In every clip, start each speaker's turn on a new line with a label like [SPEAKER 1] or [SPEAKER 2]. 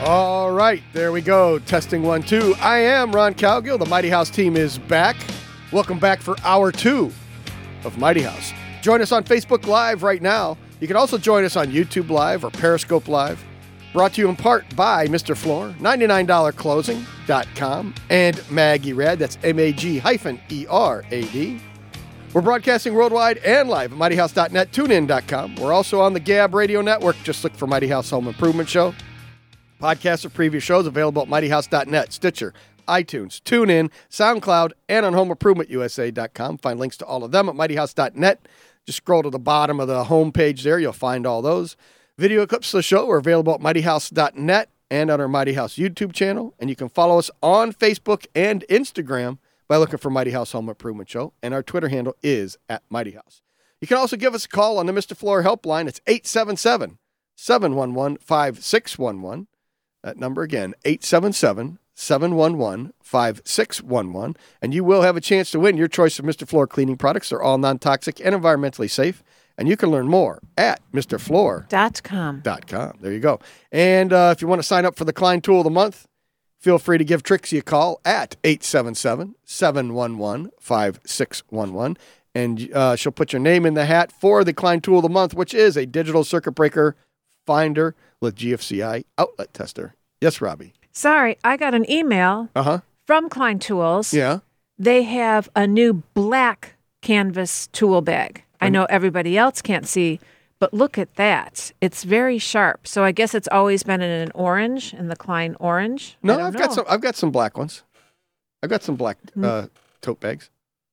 [SPEAKER 1] All right, there we go. Testing one, two. I am Ron Calgill. The Mighty House team is back. Welcome back for hour two of Mighty House. Join us on Facebook Live right now. You can also join us on YouTube Live or Periscope Live. Brought to you in part by Mr. Floor, $99closing.com, and Maggie Rad. That's M A G hyphen E R A D. We're broadcasting worldwide and live at mightyhouse.net, tunein.com. We're also on the Gab Radio Network. Just look for Mighty House Home Improvement Show. Podcasts of previous shows available at mightyhouse.net, Stitcher, iTunes, TuneIn, SoundCloud, and on homeimprovementusa.com. Find links to all of them at mightyhouse.net. Just scroll to the bottom of the homepage there. You'll find all those. Video clips of the show are available at mightyhouse.net and on our Mighty House YouTube channel. And you can follow us on Facebook and Instagram by looking for Mighty House Home Improvement Show. And our Twitter handle is at Mighty House. You can also give us a call on the Mr. Floor helpline. It's 877 711 5611. That number again, 877 711 5611. And you will have a chance to win your choice of Mr. Floor cleaning products. They're all non toxic and environmentally safe. And you can learn more at MrFloor.com.
[SPEAKER 2] dot com.
[SPEAKER 1] There you go. And uh, if you want to sign up for the Klein Tool of the Month, feel free to give Trixie a call at 877 711 5611. And uh, she'll put your name in the hat for the Klein Tool of the Month, which is a digital circuit breaker finder with GFCI outlet tester. Yes, Robbie.
[SPEAKER 2] Sorry, I got an email
[SPEAKER 1] Uh huh.
[SPEAKER 2] from Klein Tools.
[SPEAKER 1] Yeah.
[SPEAKER 2] They have a new black canvas tool bag. I know everybody else can't see, but look at that. It's very sharp. So I guess it's always been in an orange, in the Klein orange. I
[SPEAKER 1] No,
[SPEAKER 2] don't
[SPEAKER 1] I've
[SPEAKER 2] know.
[SPEAKER 1] got some. I've got some black ones. I've got some black uh, tote bags.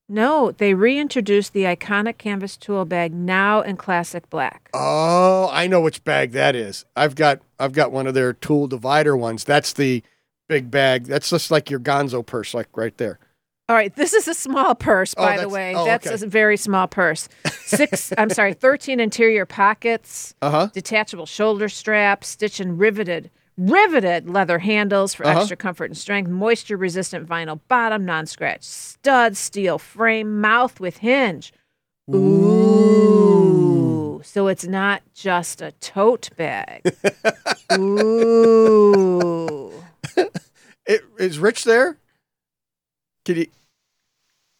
[SPEAKER 2] No, they reintroduced the iconic canvas tool bag now in classic black.
[SPEAKER 1] Oh, I know which bag that is. I've got. I've got one of their tool divider ones. That's the big bag. That's just like your Gonzo purse, like right there.
[SPEAKER 2] All right, this is a small purse,
[SPEAKER 1] Oh,
[SPEAKER 2] by the
[SPEAKER 1] that's-
[SPEAKER 2] way.
[SPEAKER 1] oh,
[SPEAKER 2] that's
[SPEAKER 1] okay.
[SPEAKER 2] a very small purse. Six, I'm sorry, 13 interior pockets,
[SPEAKER 1] Uh huh.
[SPEAKER 2] detachable shoulder straps, stitch and riveted, riveted leather handles for
[SPEAKER 1] Uh-huh.
[SPEAKER 2] extra comfort and strength, moisture resistant vinyl bottom, non scratch stud, steel frame, mouth with hinge. Ooh. So it's not just a tote bag. Ooh.
[SPEAKER 1] It, is Rich there? Can you?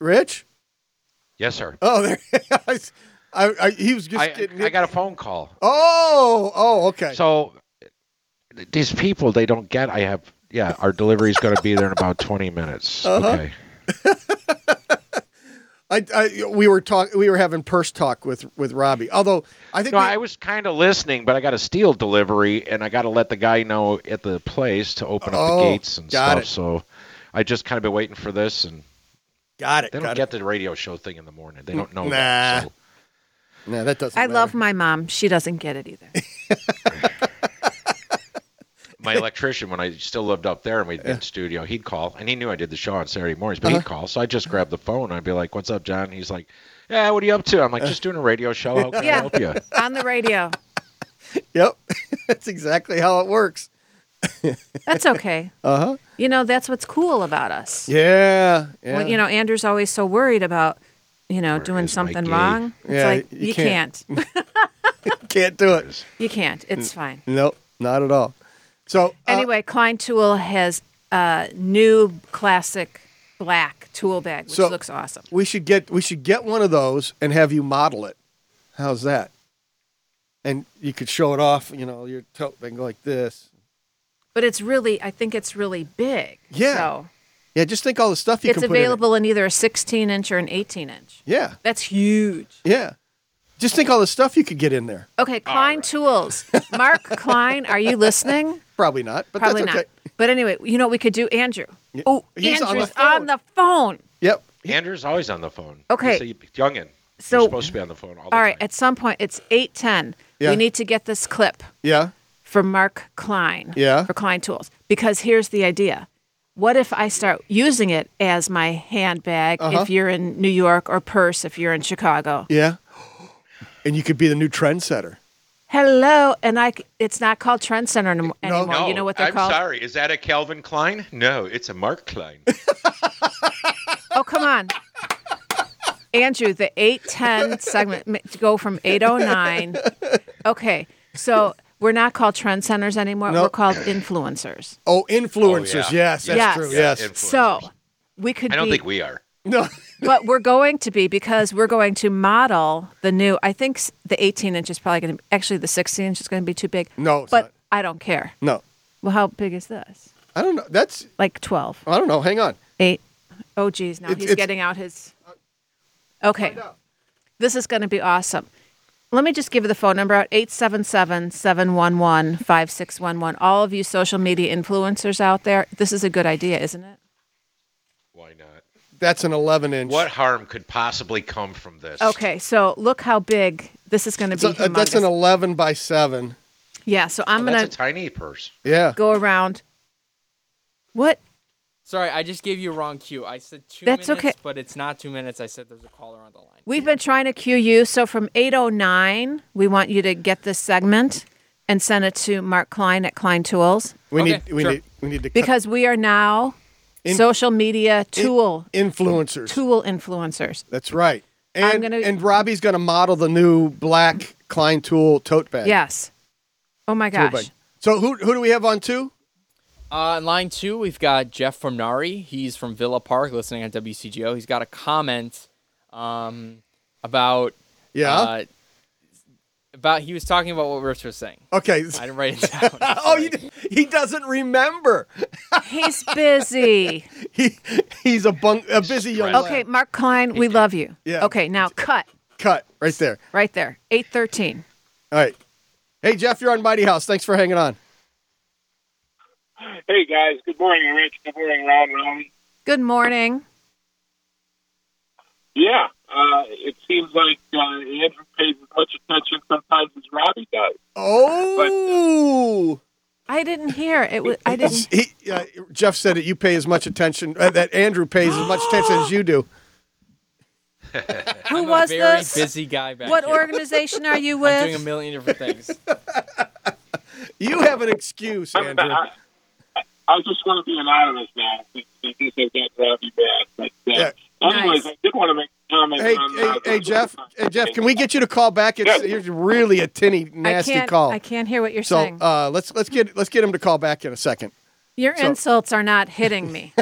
[SPEAKER 1] Rich?
[SPEAKER 3] Yes, sir.
[SPEAKER 1] Oh, there. I, I, he was just
[SPEAKER 3] I,
[SPEAKER 1] getting.
[SPEAKER 3] I got a phone call.
[SPEAKER 1] Oh, oh, okay.
[SPEAKER 3] So th- these people, they don't get. I have. Yeah, our delivery is going to be there in about 20 minutes.
[SPEAKER 1] Uh-huh.
[SPEAKER 3] Okay.
[SPEAKER 1] I, I, we were talk, we were having purse talk with with Robbie. Although I think
[SPEAKER 3] No,
[SPEAKER 1] we-
[SPEAKER 3] I was kind of listening, but I got a steel delivery, and I got to let the guy know at the place to open up
[SPEAKER 1] Oh,
[SPEAKER 3] the gates and
[SPEAKER 1] got
[SPEAKER 3] stuff.
[SPEAKER 1] it.
[SPEAKER 3] So I just kind of been waiting for this, and
[SPEAKER 1] got it.
[SPEAKER 3] they don't
[SPEAKER 1] Got
[SPEAKER 3] get the radio show thing in the morning. They don't know.
[SPEAKER 1] Nah.
[SPEAKER 3] that, so-
[SPEAKER 1] it. No, that doesn't.
[SPEAKER 2] I
[SPEAKER 1] matter.
[SPEAKER 2] love my mom. She doesn't get it either.
[SPEAKER 3] my electrician when I still lived up there and we'd been in studio, he'd call and he knew I did the show on Saturday mornings, but he'd call. So I just grabbed the phone and I'd be like, What's up, John? He's like, Yeah, what are you up to? I'm like, just doing a radio show. How can I
[SPEAKER 2] Yeah.
[SPEAKER 3] help you?
[SPEAKER 2] on the radio.
[SPEAKER 1] Yep, that's exactly how it works.
[SPEAKER 2] That's okay.
[SPEAKER 1] Uh huh.
[SPEAKER 2] You know, that's what's cool about us.
[SPEAKER 1] Yeah, yeah.
[SPEAKER 2] Well, you know, Andrew's always so worried about, you know, doing
[SPEAKER 3] is my
[SPEAKER 2] something
[SPEAKER 3] gate?
[SPEAKER 2] wrong. It's
[SPEAKER 1] Yeah,
[SPEAKER 2] like
[SPEAKER 1] you
[SPEAKER 2] you,
[SPEAKER 1] can't.
[SPEAKER 2] can't.
[SPEAKER 1] can't do it.
[SPEAKER 2] You can't. It's fine.
[SPEAKER 1] Nope, not at all. So uh,
[SPEAKER 2] Anyway, Klein Tool has a new classic black tool bag, which
[SPEAKER 1] So-
[SPEAKER 2] looks awesome.
[SPEAKER 1] we should get we should get one of those and have you model it. How's that? And you could show it off. You know, your tote and go like this.
[SPEAKER 2] But it's really, I think it's really big.
[SPEAKER 1] Yeah.
[SPEAKER 2] So
[SPEAKER 1] Yeah, just think all the stuff you
[SPEAKER 2] it's
[SPEAKER 1] can put in it.
[SPEAKER 2] available in either a 16 inch or an 18 inch.
[SPEAKER 1] Yeah,
[SPEAKER 2] That's huge.
[SPEAKER 1] yeah. Just think all the stuff you could get in there.
[SPEAKER 2] Okay, Klein Tools. Mark Klein, are you listening?
[SPEAKER 1] Probably not, but
[SPEAKER 2] Probably
[SPEAKER 1] that's
[SPEAKER 2] not.
[SPEAKER 1] okay.
[SPEAKER 2] But anyway, you know what we could do, Andrew? Oh,
[SPEAKER 1] He's on the
[SPEAKER 2] Andrew's on the phone.
[SPEAKER 1] Yep.
[SPEAKER 3] Andrew's always on the phone.
[SPEAKER 2] Okay.
[SPEAKER 3] He's a youngin.
[SPEAKER 2] So-
[SPEAKER 3] You're supposed to be on the phone all the
[SPEAKER 2] All right,
[SPEAKER 3] time.
[SPEAKER 2] at some point, it's 810.
[SPEAKER 1] Yeah.
[SPEAKER 2] We need to get this clip.
[SPEAKER 1] Yeah.
[SPEAKER 2] for Mark Klein.
[SPEAKER 1] Yeah.
[SPEAKER 2] For Klein Tools. Because here's the idea. What if I start using it as my handbag
[SPEAKER 1] Uh-huh.
[SPEAKER 2] if you're in New York or purse if you're in Chicago?
[SPEAKER 1] Yeah. And you could be the new trendsetter.
[SPEAKER 2] Hello, and I c- it's not called Trend Center anim- anymore.
[SPEAKER 3] No,
[SPEAKER 2] you know what they're
[SPEAKER 3] I'm
[SPEAKER 2] called?
[SPEAKER 3] sorry. Is that a Calvin Klein? No, it's a Mark Klein.
[SPEAKER 2] Oh, come on. Andrew, the 810 segment m- to go from 809. Okay, so we're not called trend centers anymore. We're
[SPEAKER 1] Nope.
[SPEAKER 2] called influencers.
[SPEAKER 1] Oh, influencers.
[SPEAKER 3] Oh, yeah.
[SPEAKER 1] Yes, that's
[SPEAKER 2] Yes.
[SPEAKER 1] true.
[SPEAKER 2] Yeah,
[SPEAKER 1] Yes.
[SPEAKER 3] influencers.
[SPEAKER 2] So we could
[SPEAKER 3] I don't
[SPEAKER 2] be,
[SPEAKER 3] think we are.
[SPEAKER 1] no.
[SPEAKER 2] but we're going to be because we're going to model the new. I think s- the 18 inch is probably going to actually the 16 inch is going to be too big.
[SPEAKER 1] No, it's
[SPEAKER 2] but
[SPEAKER 1] not.
[SPEAKER 2] I don't care.
[SPEAKER 1] No.
[SPEAKER 2] Well, how big is this?
[SPEAKER 1] I don't know. That's
[SPEAKER 2] Like 12.
[SPEAKER 1] I don't know. Hang on.
[SPEAKER 2] Eight. Oh, geez. Now
[SPEAKER 1] It's-
[SPEAKER 2] he's
[SPEAKER 1] it's- Uh,
[SPEAKER 2] getting out his. Okay. This is going to be awesome. Let me just give you the phone number out 877 711 5611. All of you social media influencers out there, this is a good idea, isn't it?
[SPEAKER 3] Why not?
[SPEAKER 1] That's an 11 inch.
[SPEAKER 3] What harm could possibly come from this?
[SPEAKER 2] Okay. So look how big this is going to
[SPEAKER 1] It's a- uh,
[SPEAKER 2] be.
[SPEAKER 1] that's an
[SPEAKER 2] humongous.
[SPEAKER 1] 11 by 7.
[SPEAKER 2] yeah. So I'm
[SPEAKER 3] Well,
[SPEAKER 2] going
[SPEAKER 3] that's
[SPEAKER 2] to
[SPEAKER 3] a tiny purse.
[SPEAKER 1] Yeah.
[SPEAKER 2] go around. What?
[SPEAKER 4] Sorry, I just gave you a wrong cue. I said two
[SPEAKER 2] That's
[SPEAKER 4] minutes,
[SPEAKER 2] okay.
[SPEAKER 4] but it's not two minutes. I said there's a caller on the line.
[SPEAKER 2] We've been trying to cue you. So from 809, we want you to get this segment and send it to Mark Klein at Klein Tools.
[SPEAKER 1] We
[SPEAKER 4] Okay,
[SPEAKER 1] need we
[SPEAKER 4] sure.
[SPEAKER 1] need we need to cut
[SPEAKER 2] because we are now social media tool
[SPEAKER 1] influencers.
[SPEAKER 2] tool influencers.
[SPEAKER 1] That's right. And
[SPEAKER 2] I'm gonna-
[SPEAKER 1] and Robbie's going to model the new black Klein tool tote bag.
[SPEAKER 2] Yes. Oh my
[SPEAKER 1] Tool
[SPEAKER 2] gosh.
[SPEAKER 1] bag. So who who do we have on two?
[SPEAKER 4] Uh, on line two, we've got Jeff from Nari. He's from Villa Park, listening on WCGO. He's got a comment um, about
[SPEAKER 1] Yeah.
[SPEAKER 4] uh, about he was talking about what Rich was saying.
[SPEAKER 1] okay.
[SPEAKER 4] I didn't write it down.
[SPEAKER 1] Oh, you, he doesn't remember.
[SPEAKER 2] He's busy.
[SPEAKER 1] He he's a bunk, a busy young lad.
[SPEAKER 2] okay, Mark Klein, we love you.
[SPEAKER 1] Yeah.
[SPEAKER 2] Okay, now cut
[SPEAKER 1] Cut right there.
[SPEAKER 2] right there. 813.
[SPEAKER 1] All right. Hey Jeff, you're on Mighty House. Thanks for hanging on.
[SPEAKER 5] Hey guys, good morning, Rich. Good morning, Ron. Ron.
[SPEAKER 2] Good morning.
[SPEAKER 5] Yeah, uh, it seems like uh, Andrew pays as much attention sometimes as Robbie does.
[SPEAKER 4] uh,
[SPEAKER 1] Oh.
[SPEAKER 2] I didn't hear. It was I didn't
[SPEAKER 1] He, uh, Jeff said that you pay as much attention uh, that Andrew pays as much attention as you do.
[SPEAKER 2] Who
[SPEAKER 4] I'm
[SPEAKER 2] was
[SPEAKER 4] a very
[SPEAKER 2] this?
[SPEAKER 4] busy guy back
[SPEAKER 2] What
[SPEAKER 4] here.
[SPEAKER 2] organization are you
[SPEAKER 4] I'm doing a
[SPEAKER 2] with?
[SPEAKER 4] million different things.
[SPEAKER 1] You have an excuse,
[SPEAKER 5] I,
[SPEAKER 1] Andrew.
[SPEAKER 5] I, I just want to be anonymous now since since I've got Robbie back. But, uh,
[SPEAKER 1] Yeah.
[SPEAKER 5] Anyways,
[SPEAKER 2] Nice.
[SPEAKER 5] I did want to make a comment.
[SPEAKER 1] Hey,
[SPEAKER 5] on,
[SPEAKER 1] hey,
[SPEAKER 5] uh,
[SPEAKER 1] hey, Jeff. Hey, Jeff, can we get you to call back? It's
[SPEAKER 5] Yeah.
[SPEAKER 1] it's really a tinny,
[SPEAKER 2] I
[SPEAKER 1] nasty
[SPEAKER 2] can't
[SPEAKER 1] call.
[SPEAKER 2] I can't hear what you're
[SPEAKER 1] so
[SPEAKER 2] saying.
[SPEAKER 1] uh, let's let's get let's get him to call back in a second.
[SPEAKER 2] Your
[SPEAKER 1] so-
[SPEAKER 2] insults are not hitting me.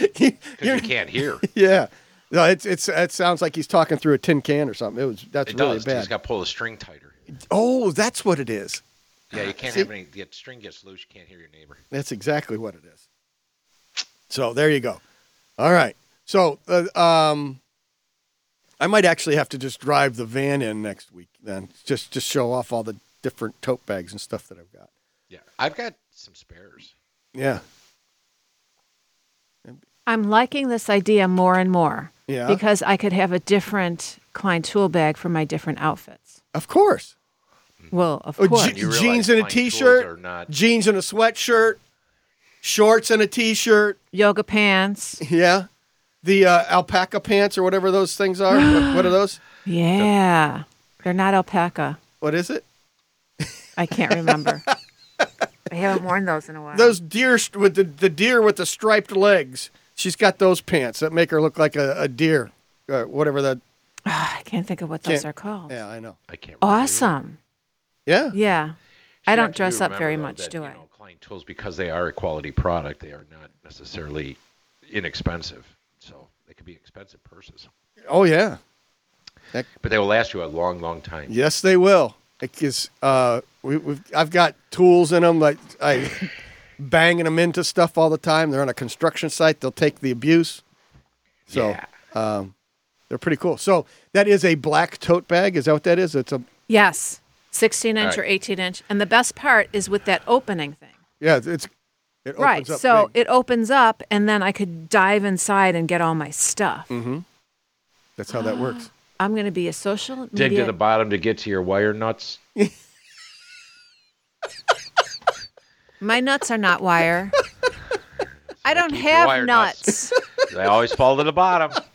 [SPEAKER 3] Because you can't hear.
[SPEAKER 1] Yeah. No, it's it's it sounds like he's talking through a tin can or something. It was that's
[SPEAKER 3] It
[SPEAKER 1] really
[SPEAKER 3] does. He's
[SPEAKER 1] bad.
[SPEAKER 3] got to pull the string tighter.
[SPEAKER 1] oh, that's what it is.
[SPEAKER 3] Yeah, you can't
[SPEAKER 1] See?
[SPEAKER 3] have any. The string gets loose. You can't hear your neighbor.
[SPEAKER 1] That's exactly what it is. So there you go. All right. So uh, um, I might actually have to just drive the van in next week then, just just show off all the different tote bags and stuff that I've got.
[SPEAKER 3] Yeah, I've got some spares.
[SPEAKER 1] Yeah.
[SPEAKER 2] I'm liking this idea more and more.
[SPEAKER 1] Yeah.
[SPEAKER 2] Because I could have a different Klein tool bag for my different outfits.
[SPEAKER 1] Of course.
[SPEAKER 2] Well, of
[SPEAKER 1] Oh,
[SPEAKER 2] course.
[SPEAKER 1] je-
[SPEAKER 3] You realize
[SPEAKER 1] jeans and a
[SPEAKER 3] fine tools
[SPEAKER 1] t-shirt.
[SPEAKER 3] are not-
[SPEAKER 1] Jeans and a sweatshirt. Shorts and a t-shirt.
[SPEAKER 2] Yoga pants.
[SPEAKER 1] Yeah. The uh, alpaca pants or whatever those things are. what, what are those?
[SPEAKER 2] Yeah. They're not alpaca.
[SPEAKER 1] What is it?
[SPEAKER 2] I can't remember. I haven't worn those in a while.
[SPEAKER 1] Those deer st- with the, the deer with the striped legs. She's got those pants that make her look like a, a deer. Uh, whatever that.
[SPEAKER 2] I can't think of what those
[SPEAKER 1] Can't-
[SPEAKER 2] are called.
[SPEAKER 1] Yeah, I know.
[SPEAKER 3] I can't. remember either.
[SPEAKER 2] Awesome.
[SPEAKER 1] Yeah.
[SPEAKER 2] Yeah. I
[SPEAKER 3] Yeah,
[SPEAKER 2] Oh, don't
[SPEAKER 3] do
[SPEAKER 2] dress up
[SPEAKER 3] remember,
[SPEAKER 2] very
[SPEAKER 3] though,
[SPEAKER 2] much,
[SPEAKER 3] that,
[SPEAKER 2] do
[SPEAKER 3] you
[SPEAKER 2] I?
[SPEAKER 3] know, Klein tools because they are a quality product. They are not necessarily inexpensive, so they could be expensive purses,
[SPEAKER 1] Oh yeah.
[SPEAKER 3] but they will last you a long, long time.
[SPEAKER 1] Yes, they will. Because uh, we, we've I've got tools in them like I banging them into stuff all the time. They're on a construction site. They'll take the abuse. So
[SPEAKER 3] Yeah.
[SPEAKER 1] um, they're pretty cool. So that is a black tote bag. Is that what that is? It's a
[SPEAKER 2] Yes. 16 inch
[SPEAKER 3] All
[SPEAKER 2] or
[SPEAKER 3] right.
[SPEAKER 2] 18 inch. And the best part is with that opening thing.
[SPEAKER 1] yeah. It's it opens
[SPEAKER 2] right.
[SPEAKER 1] up
[SPEAKER 2] So
[SPEAKER 1] big.
[SPEAKER 2] it opens up, and then I could dive inside and get all my stuff.
[SPEAKER 1] Mm-hmm. that's how that works.
[SPEAKER 2] I'm going to be a social media.
[SPEAKER 3] Dig to the bottom to get to your wire nuts.
[SPEAKER 2] My nuts are not wire. I don't
[SPEAKER 3] Keep your
[SPEAKER 2] have
[SPEAKER 3] wire
[SPEAKER 2] nuts.
[SPEAKER 3] They always fall to the bottom.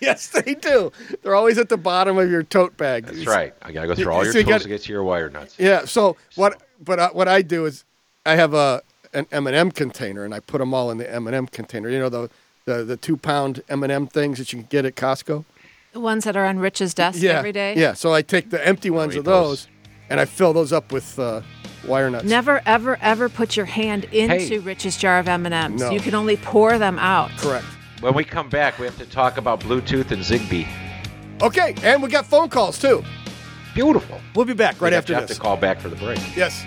[SPEAKER 1] Yes, they do. They're always at the bottom of your tote bag.
[SPEAKER 3] That's right. I gotta go through all
[SPEAKER 1] So you
[SPEAKER 3] your tools
[SPEAKER 1] gotta-
[SPEAKER 3] to get to your wire nuts.
[SPEAKER 1] Yeah. So what? But I, what I do is I have a an M and m container, and I put them all in the M and m container. You know the the, the two pound M and m things that you can get at Costco.
[SPEAKER 2] The ones that are on Rich's desk
[SPEAKER 1] Yeah.
[SPEAKER 2] every day.
[SPEAKER 1] Yeah. So I take the empty ones
[SPEAKER 3] eat
[SPEAKER 1] of those,
[SPEAKER 3] those.
[SPEAKER 1] and I fill those up with uh, wire nuts.
[SPEAKER 2] Never, ever, ever put your hand into Rich's jar of M&Ms.
[SPEAKER 1] No.
[SPEAKER 2] You can only pour them out.
[SPEAKER 1] Correct.
[SPEAKER 3] When we come back, we have to talk about Bluetooth and Zigbee.
[SPEAKER 1] Okay, and we got phone calls too.
[SPEAKER 3] Beautiful.
[SPEAKER 1] We'll be back right
[SPEAKER 3] We got
[SPEAKER 1] after
[SPEAKER 3] Jeff
[SPEAKER 1] this.
[SPEAKER 3] to call back for the break.
[SPEAKER 1] Yes.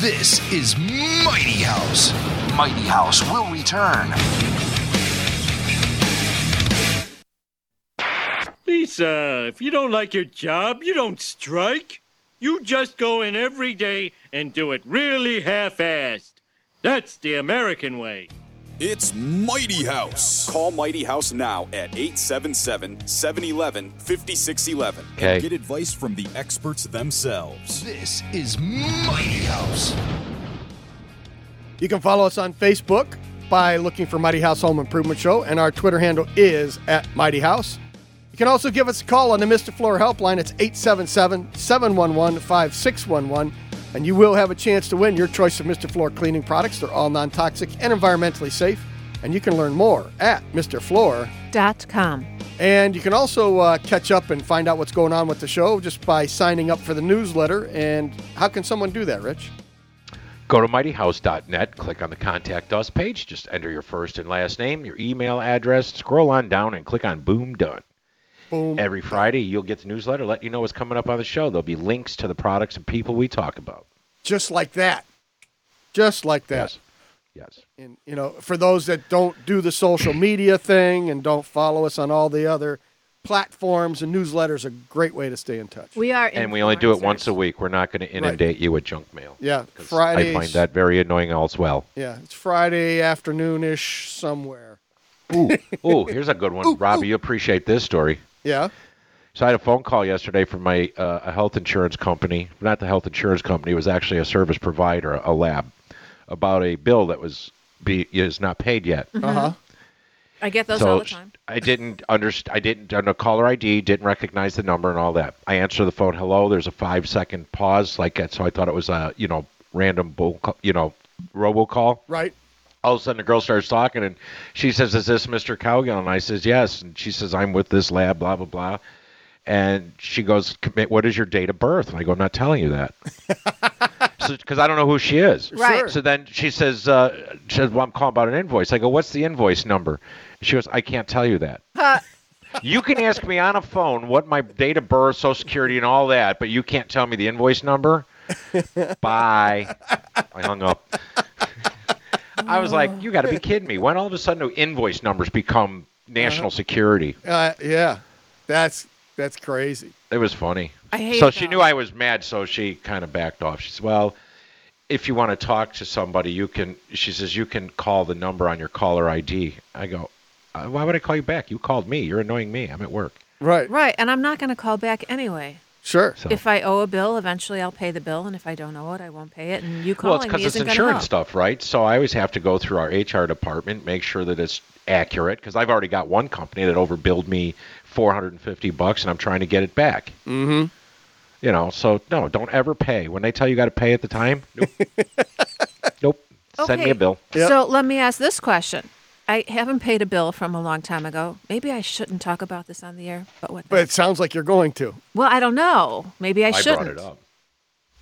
[SPEAKER 6] This is Mighty House. Mighty House will return.
[SPEAKER 7] Lisa, if you don't like your job, you don't strike. You just go in every day and do it really half assed. That's the American way.
[SPEAKER 8] It's Mighty House. Call Mighty House now at 877 711 5611
[SPEAKER 3] Okay.
[SPEAKER 8] and get advice from the experts themselves.
[SPEAKER 6] This is Mighty House.
[SPEAKER 1] You can follow us on Facebook by looking for Mighty House Home Improvement Show, and our Twitter handle is at Mighty House. You can also give us a call on the Mr. Floor helpline. It's 877 711 5611, and you will have a chance to win your choice of Mr. Floor cleaning products. They're all non toxic and environmentally safe, and you can learn more at Mr. Floor.
[SPEAKER 2] Dot com.
[SPEAKER 1] And you can also uh, catch up and find out what's going on with the show just by signing up for the newsletter. And how can someone do that, Rich?
[SPEAKER 3] Go to mightyhouse.net, click on the Contact Us page, just enter your first and last name, your email address, scroll on down, and click on Boom Done.
[SPEAKER 1] Boom.
[SPEAKER 3] Every Friday, you'll get the newsletter, let you know what's coming up on the show. There'll be links to the products and people we talk about.
[SPEAKER 1] Just like that. Just like that.
[SPEAKER 3] Yes. Yes.
[SPEAKER 1] and you know for those that don't do the social media thing and don't follow us on all the other platforms and newsletters a great way to stay in touch
[SPEAKER 2] We are
[SPEAKER 3] And we only do it
[SPEAKER 2] influencers.
[SPEAKER 3] once a week. We're not going to inundate you with junk mail.
[SPEAKER 1] yeah
[SPEAKER 3] 'Cause
[SPEAKER 1] friday
[SPEAKER 3] I find that very annoying as well.
[SPEAKER 1] yeah it's friday afternoonish somewhere
[SPEAKER 3] Ooh, ooh, here's a good one. Robbie, you appreciate this story.
[SPEAKER 1] yeah
[SPEAKER 3] So I had a phone call yesterday from my uh, a health insurance company, not the health insurance company, it was actually a service provider, a lab, about a bill that was be is not paid yet.
[SPEAKER 1] uh-huh
[SPEAKER 2] I get those
[SPEAKER 3] so
[SPEAKER 2] all the time.
[SPEAKER 3] I didn't understand. I didn't under caller ID. Didn't recognize the number and all that. I answer the phone. Hello. There's a five second pause. Like that. so, I thought it was a you know random bull call, you know robocall.
[SPEAKER 1] right
[SPEAKER 3] All of a sudden, the girl starts talking and she says, "Is this Mr. Cowgill?" And I says, "Yes." And she says, "I'm with this lab." Blah blah blah. And she goes, "Commit. What is your date of birth?" And I go, "I'm not telling you that." Because I don't know who she is.
[SPEAKER 2] Right. Sure.
[SPEAKER 3] So then she says, uh, she says, well, I'm calling about an invoice. I go, what's the invoice number? She goes, I can't tell you that. you can ask me on a phone what my date of birth, social security, and all that, but you can't tell me the invoice number? Bye. I hung up. I was like, you got to be kidding me. When all of a sudden do invoice numbers become national security?
[SPEAKER 1] uh, yeah that's that's crazy
[SPEAKER 3] It was funny.
[SPEAKER 2] I hate
[SPEAKER 3] So she
[SPEAKER 2] that.
[SPEAKER 3] knew I was mad, so she kind of backed off. She says, "Well, if you want to talk to somebody, you can." She says, "You can call the number on your caller ID." I go, "Uh, "Why would I call you back? You called me. You're annoying me. I'm at work."
[SPEAKER 1] right
[SPEAKER 2] Right, and I'm not going to call back anyway.
[SPEAKER 1] sure
[SPEAKER 3] So,
[SPEAKER 2] If I owe a bill, eventually I'll pay the bill, and if I don't owe it, I won't pay it. And you calling
[SPEAKER 3] well, it's because
[SPEAKER 2] me
[SPEAKER 3] it's
[SPEAKER 2] isn't going to help.
[SPEAKER 3] insurance stuff, right? So I always have to go through our HR department, make sure that it's accurate, because I've already got one company that overbilled me 450 bucks, and I'm trying to get it back. Mm-hmm. You know, so no, don't ever pay when they tell you got to pay at the time. Nope. nope. Send me
[SPEAKER 2] Okay.
[SPEAKER 3] a bill.
[SPEAKER 1] Yep.
[SPEAKER 2] So let me ask this question. I haven't paid a bill from a long time ago. Maybe I shouldn't talk about this on the air, but what? the-
[SPEAKER 1] but it sounds like you're going to
[SPEAKER 2] well, I don't know. Maybe I
[SPEAKER 3] I
[SPEAKER 2] shouldn't.
[SPEAKER 3] brought it up.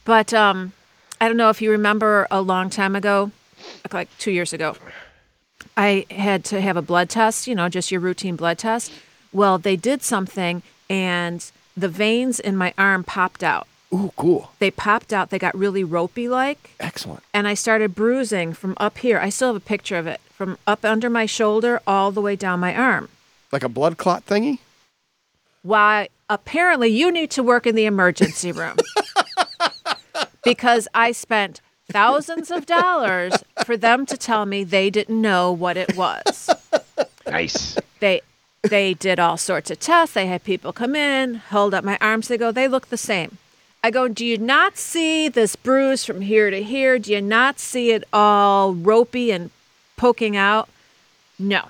[SPEAKER 2] But um, I don't know if you remember a long time ago, like- like two years ago, I had to have a blood test, you know, just your routine blood test. Well, they did something and the veins in my arm popped out.
[SPEAKER 1] ooh cool
[SPEAKER 2] They popped out, they got really ropey like,
[SPEAKER 1] excellent
[SPEAKER 2] and I started bruising from up here. I still have a picture of it from up under my shoulder all the way down my arm.
[SPEAKER 1] like a blood clot thingy
[SPEAKER 2] why apparently you need to work in the emergency room because I spent thousands of dollars for them to tell me they didn't know what it was.
[SPEAKER 3] Nice.
[SPEAKER 2] They they did all sorts of tests. They had people come in, hold up my arms. They go, they look the same. I go, do you not see this bruise from here to here? Do you not see it all ropey and poking out? No.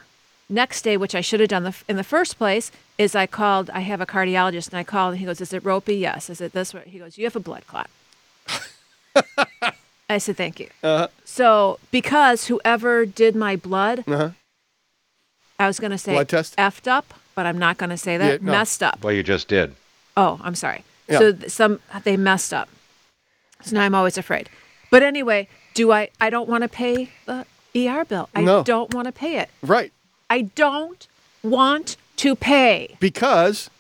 [SPEAKER 2] Next day, which I should have done the, in the first place, is I called. I have a cardiologist, and I called, and he goes, "Is it ropey? Yes. Is it this way?" He goes, "You have a blood clot." I said, "Thank you."
[SPEAKER 1] Uh-huh.
[SPEAKER 2] So, because whoever did my blood,
[SPEAKER 1] Uh-huh.
[SPEAKER 2] I was going to say
[SPEAKER 1] Blood test?
[SPEAKER 2] effed up, but I'm not going to say that.
[SPEAKER 1] Yeah, no.
[SPEAKER 2] Messed up.
[SPEAKER 3] Well, you just did.
[SPEAKER 2] Oh, I'm sorry.
[SPEAKER 1] Yeah.
[SPEAKER 2] So th- some they messed up. So now I'm always afraid. But anyway, do I? I don't want to pay the ER bill. I
[SPEAKER 1] No.
[SPEAKER 2] don't want to pay it.
[SPEAKER 1] Right.
[SPEAKER 2] I don't want to pay.
[SPEAKER 1] Because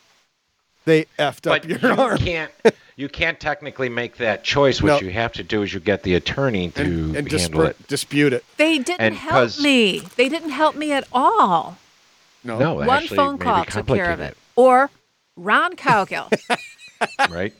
[SPEAKER 1] they effed up
[SPEAKER 3] But you
[SPEAKER 1] your arm.
[SPEAKER 3] can't. You can't technically make that choice. What
[SPEAKER 1] No.
[SPEAKER 3] you have to do is you get the attorney to
[SPEAKER 1] and and
[SPEAKER 3] handle
[SPEAKER 1] dispute, dispute it.
[SPEAKER 2] They didn't
[SPEAKER 3] And
[SPEAKER 2] help
[SPEAKER 3] 'cause-
[SPEAKER 2] me. They didn't help me at all.
[SPEAKER 3] it. No,
[SPEAKER 2] One
[SPEAKER 3] actually,
[SPEAKER 2] phone
[SPEAKER 3] maybe
[SPEAKER 2] call took care of it.
[SPEAKER 3] complicate
[SPEAKER 2] Or Ron Cowgill.
[SPEAKER 3] it, right?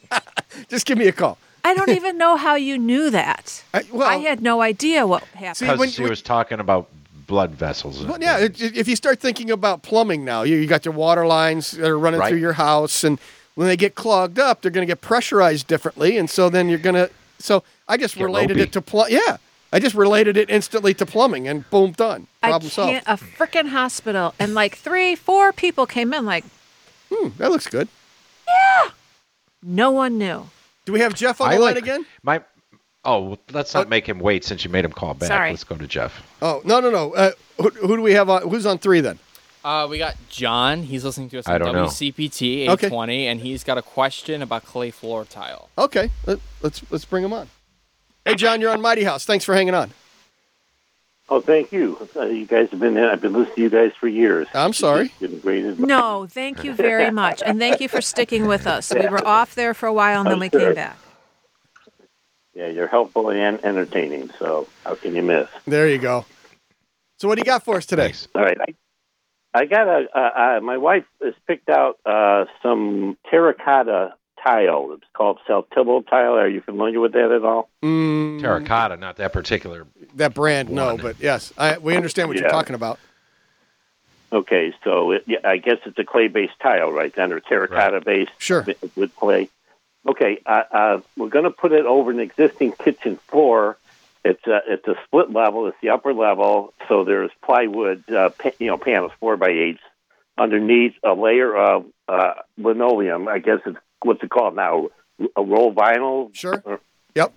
[SPEAKER 1] Just give me a call.
[SPEAKER 2] I don't even know how you knew that.
[SPEAKER 1] I- well-
[SPEAKER 2] I had no idea what happened.
[SPEAKER 1] See,
[SPEAKER 3] Because
[SPEAKER 1] when-
[SPEAKER 3] she
[SPEAKER 1] when-
[SPEAKER 3] was talking about blood vessels. and-
[SPEAKER 1] Well, yeah, it, it- if you start thinking about plumbing now, you, you got your water lines that are running
[SPEAKER 3] Right.
[SPEAKER 1] through your house, and when they get clogged up, they're going to get pressurized differently, and so then you're going to. So I just
[SPEAKER 3] Get
[SPEAKER 1] related
[SPEAKER 3] ropey.
[SPEAKER 1] it to plum. Yeah, I just related it instantly to plumbing, and boom, done. Problem
[SPEAKER 2] I
[SPEAKER 1] solved.
[SPEAKER 2] can't a freaking hospital and like three, four people came in like
[SPEAKER 1] Hmm, that looks good.
[SPEAKER 2] no one knew.
[SPEAKER 1] Do we have Jeff on
[SPEAKER 3] I
[SPEAKER 1] the line
[SPEAKER 3] like
[SPEAKER 1] again?
[SPEAKER 3] My, oh, well, let's not
[SPEAKER 1] Uh,
[SPEAKER 3] make him wait since you made him call back.
[SPEAKER 2] Sorry.
[SPEAKER 3] Let's go to Jeff.
[SPEAKER 1] Oh no, no, no. Uh, who, who do we have on? Who's on three then?
[SPEAKER 4] Uh, we got John. He's listening to us
[SPEAKER 3] I
[SPEAKER 4] on
[SPEAKER 3] don't know.
[SPEAKER 4] WCPT 820, and he's got a question about clay floor tile.
[SPEAKER 1] Okay, let, let's let's bring him on. Hey, John, you're on Mighty House. Thanks for hanging on.
[SPEAKER 9] Oh, thank you. Uh, you guys have been. I've been listening to you guys for years.
[SPEAKER 1] I'm sorry.
[SPEAKER 9] You've been great advice.
[SPEAKER 2] No, thank you very much. And thank you for sticking with us. We were off there for a while and then we came back.
[SPEAKER 9] Yeah, you're helpful and entertaining. So how can you miss?
[SPEAKER 1] There you go. So what do you got for us today?
[SPEAKER 3] Thanks.
[SPEAKER 9] All right, I, I got a. Uh, uh, my wife has picked out uh, some terracotta tile. It's called saltillo tile. Are you familiar with that at all?
[SPEAKER 1] Mm,
[SPEAKER 3] Terracotta, not that particular.
[SPEAKER 1] That brand, no,
[SPEAKER 3] One.
[SPEAKER 1] but yes, I, we understand what you're
[SPEAKER 9] Yeah.
[SPEAKER 1] talking about.
[SPEAKER 9] Okay, so it, yeah, I guess it's a clay-based tile, right then, or terracotta-based
[SPEAKER 1] Sure.
[SPEAKER 9] wi- with clay. Okay, uh, uh, we're going to put it over an existing kitchen floor. It's a it's a split level. It's the upper level, so there's plywood, uh, pa- you know, panels four by eights underneath a layer of uh, linoleum. I guess it's what's it called now, a roll vinyl.
[SPEAKER 1] Sure.
[SPEAKER 9] Or-
[SPEAKER 1] Yep.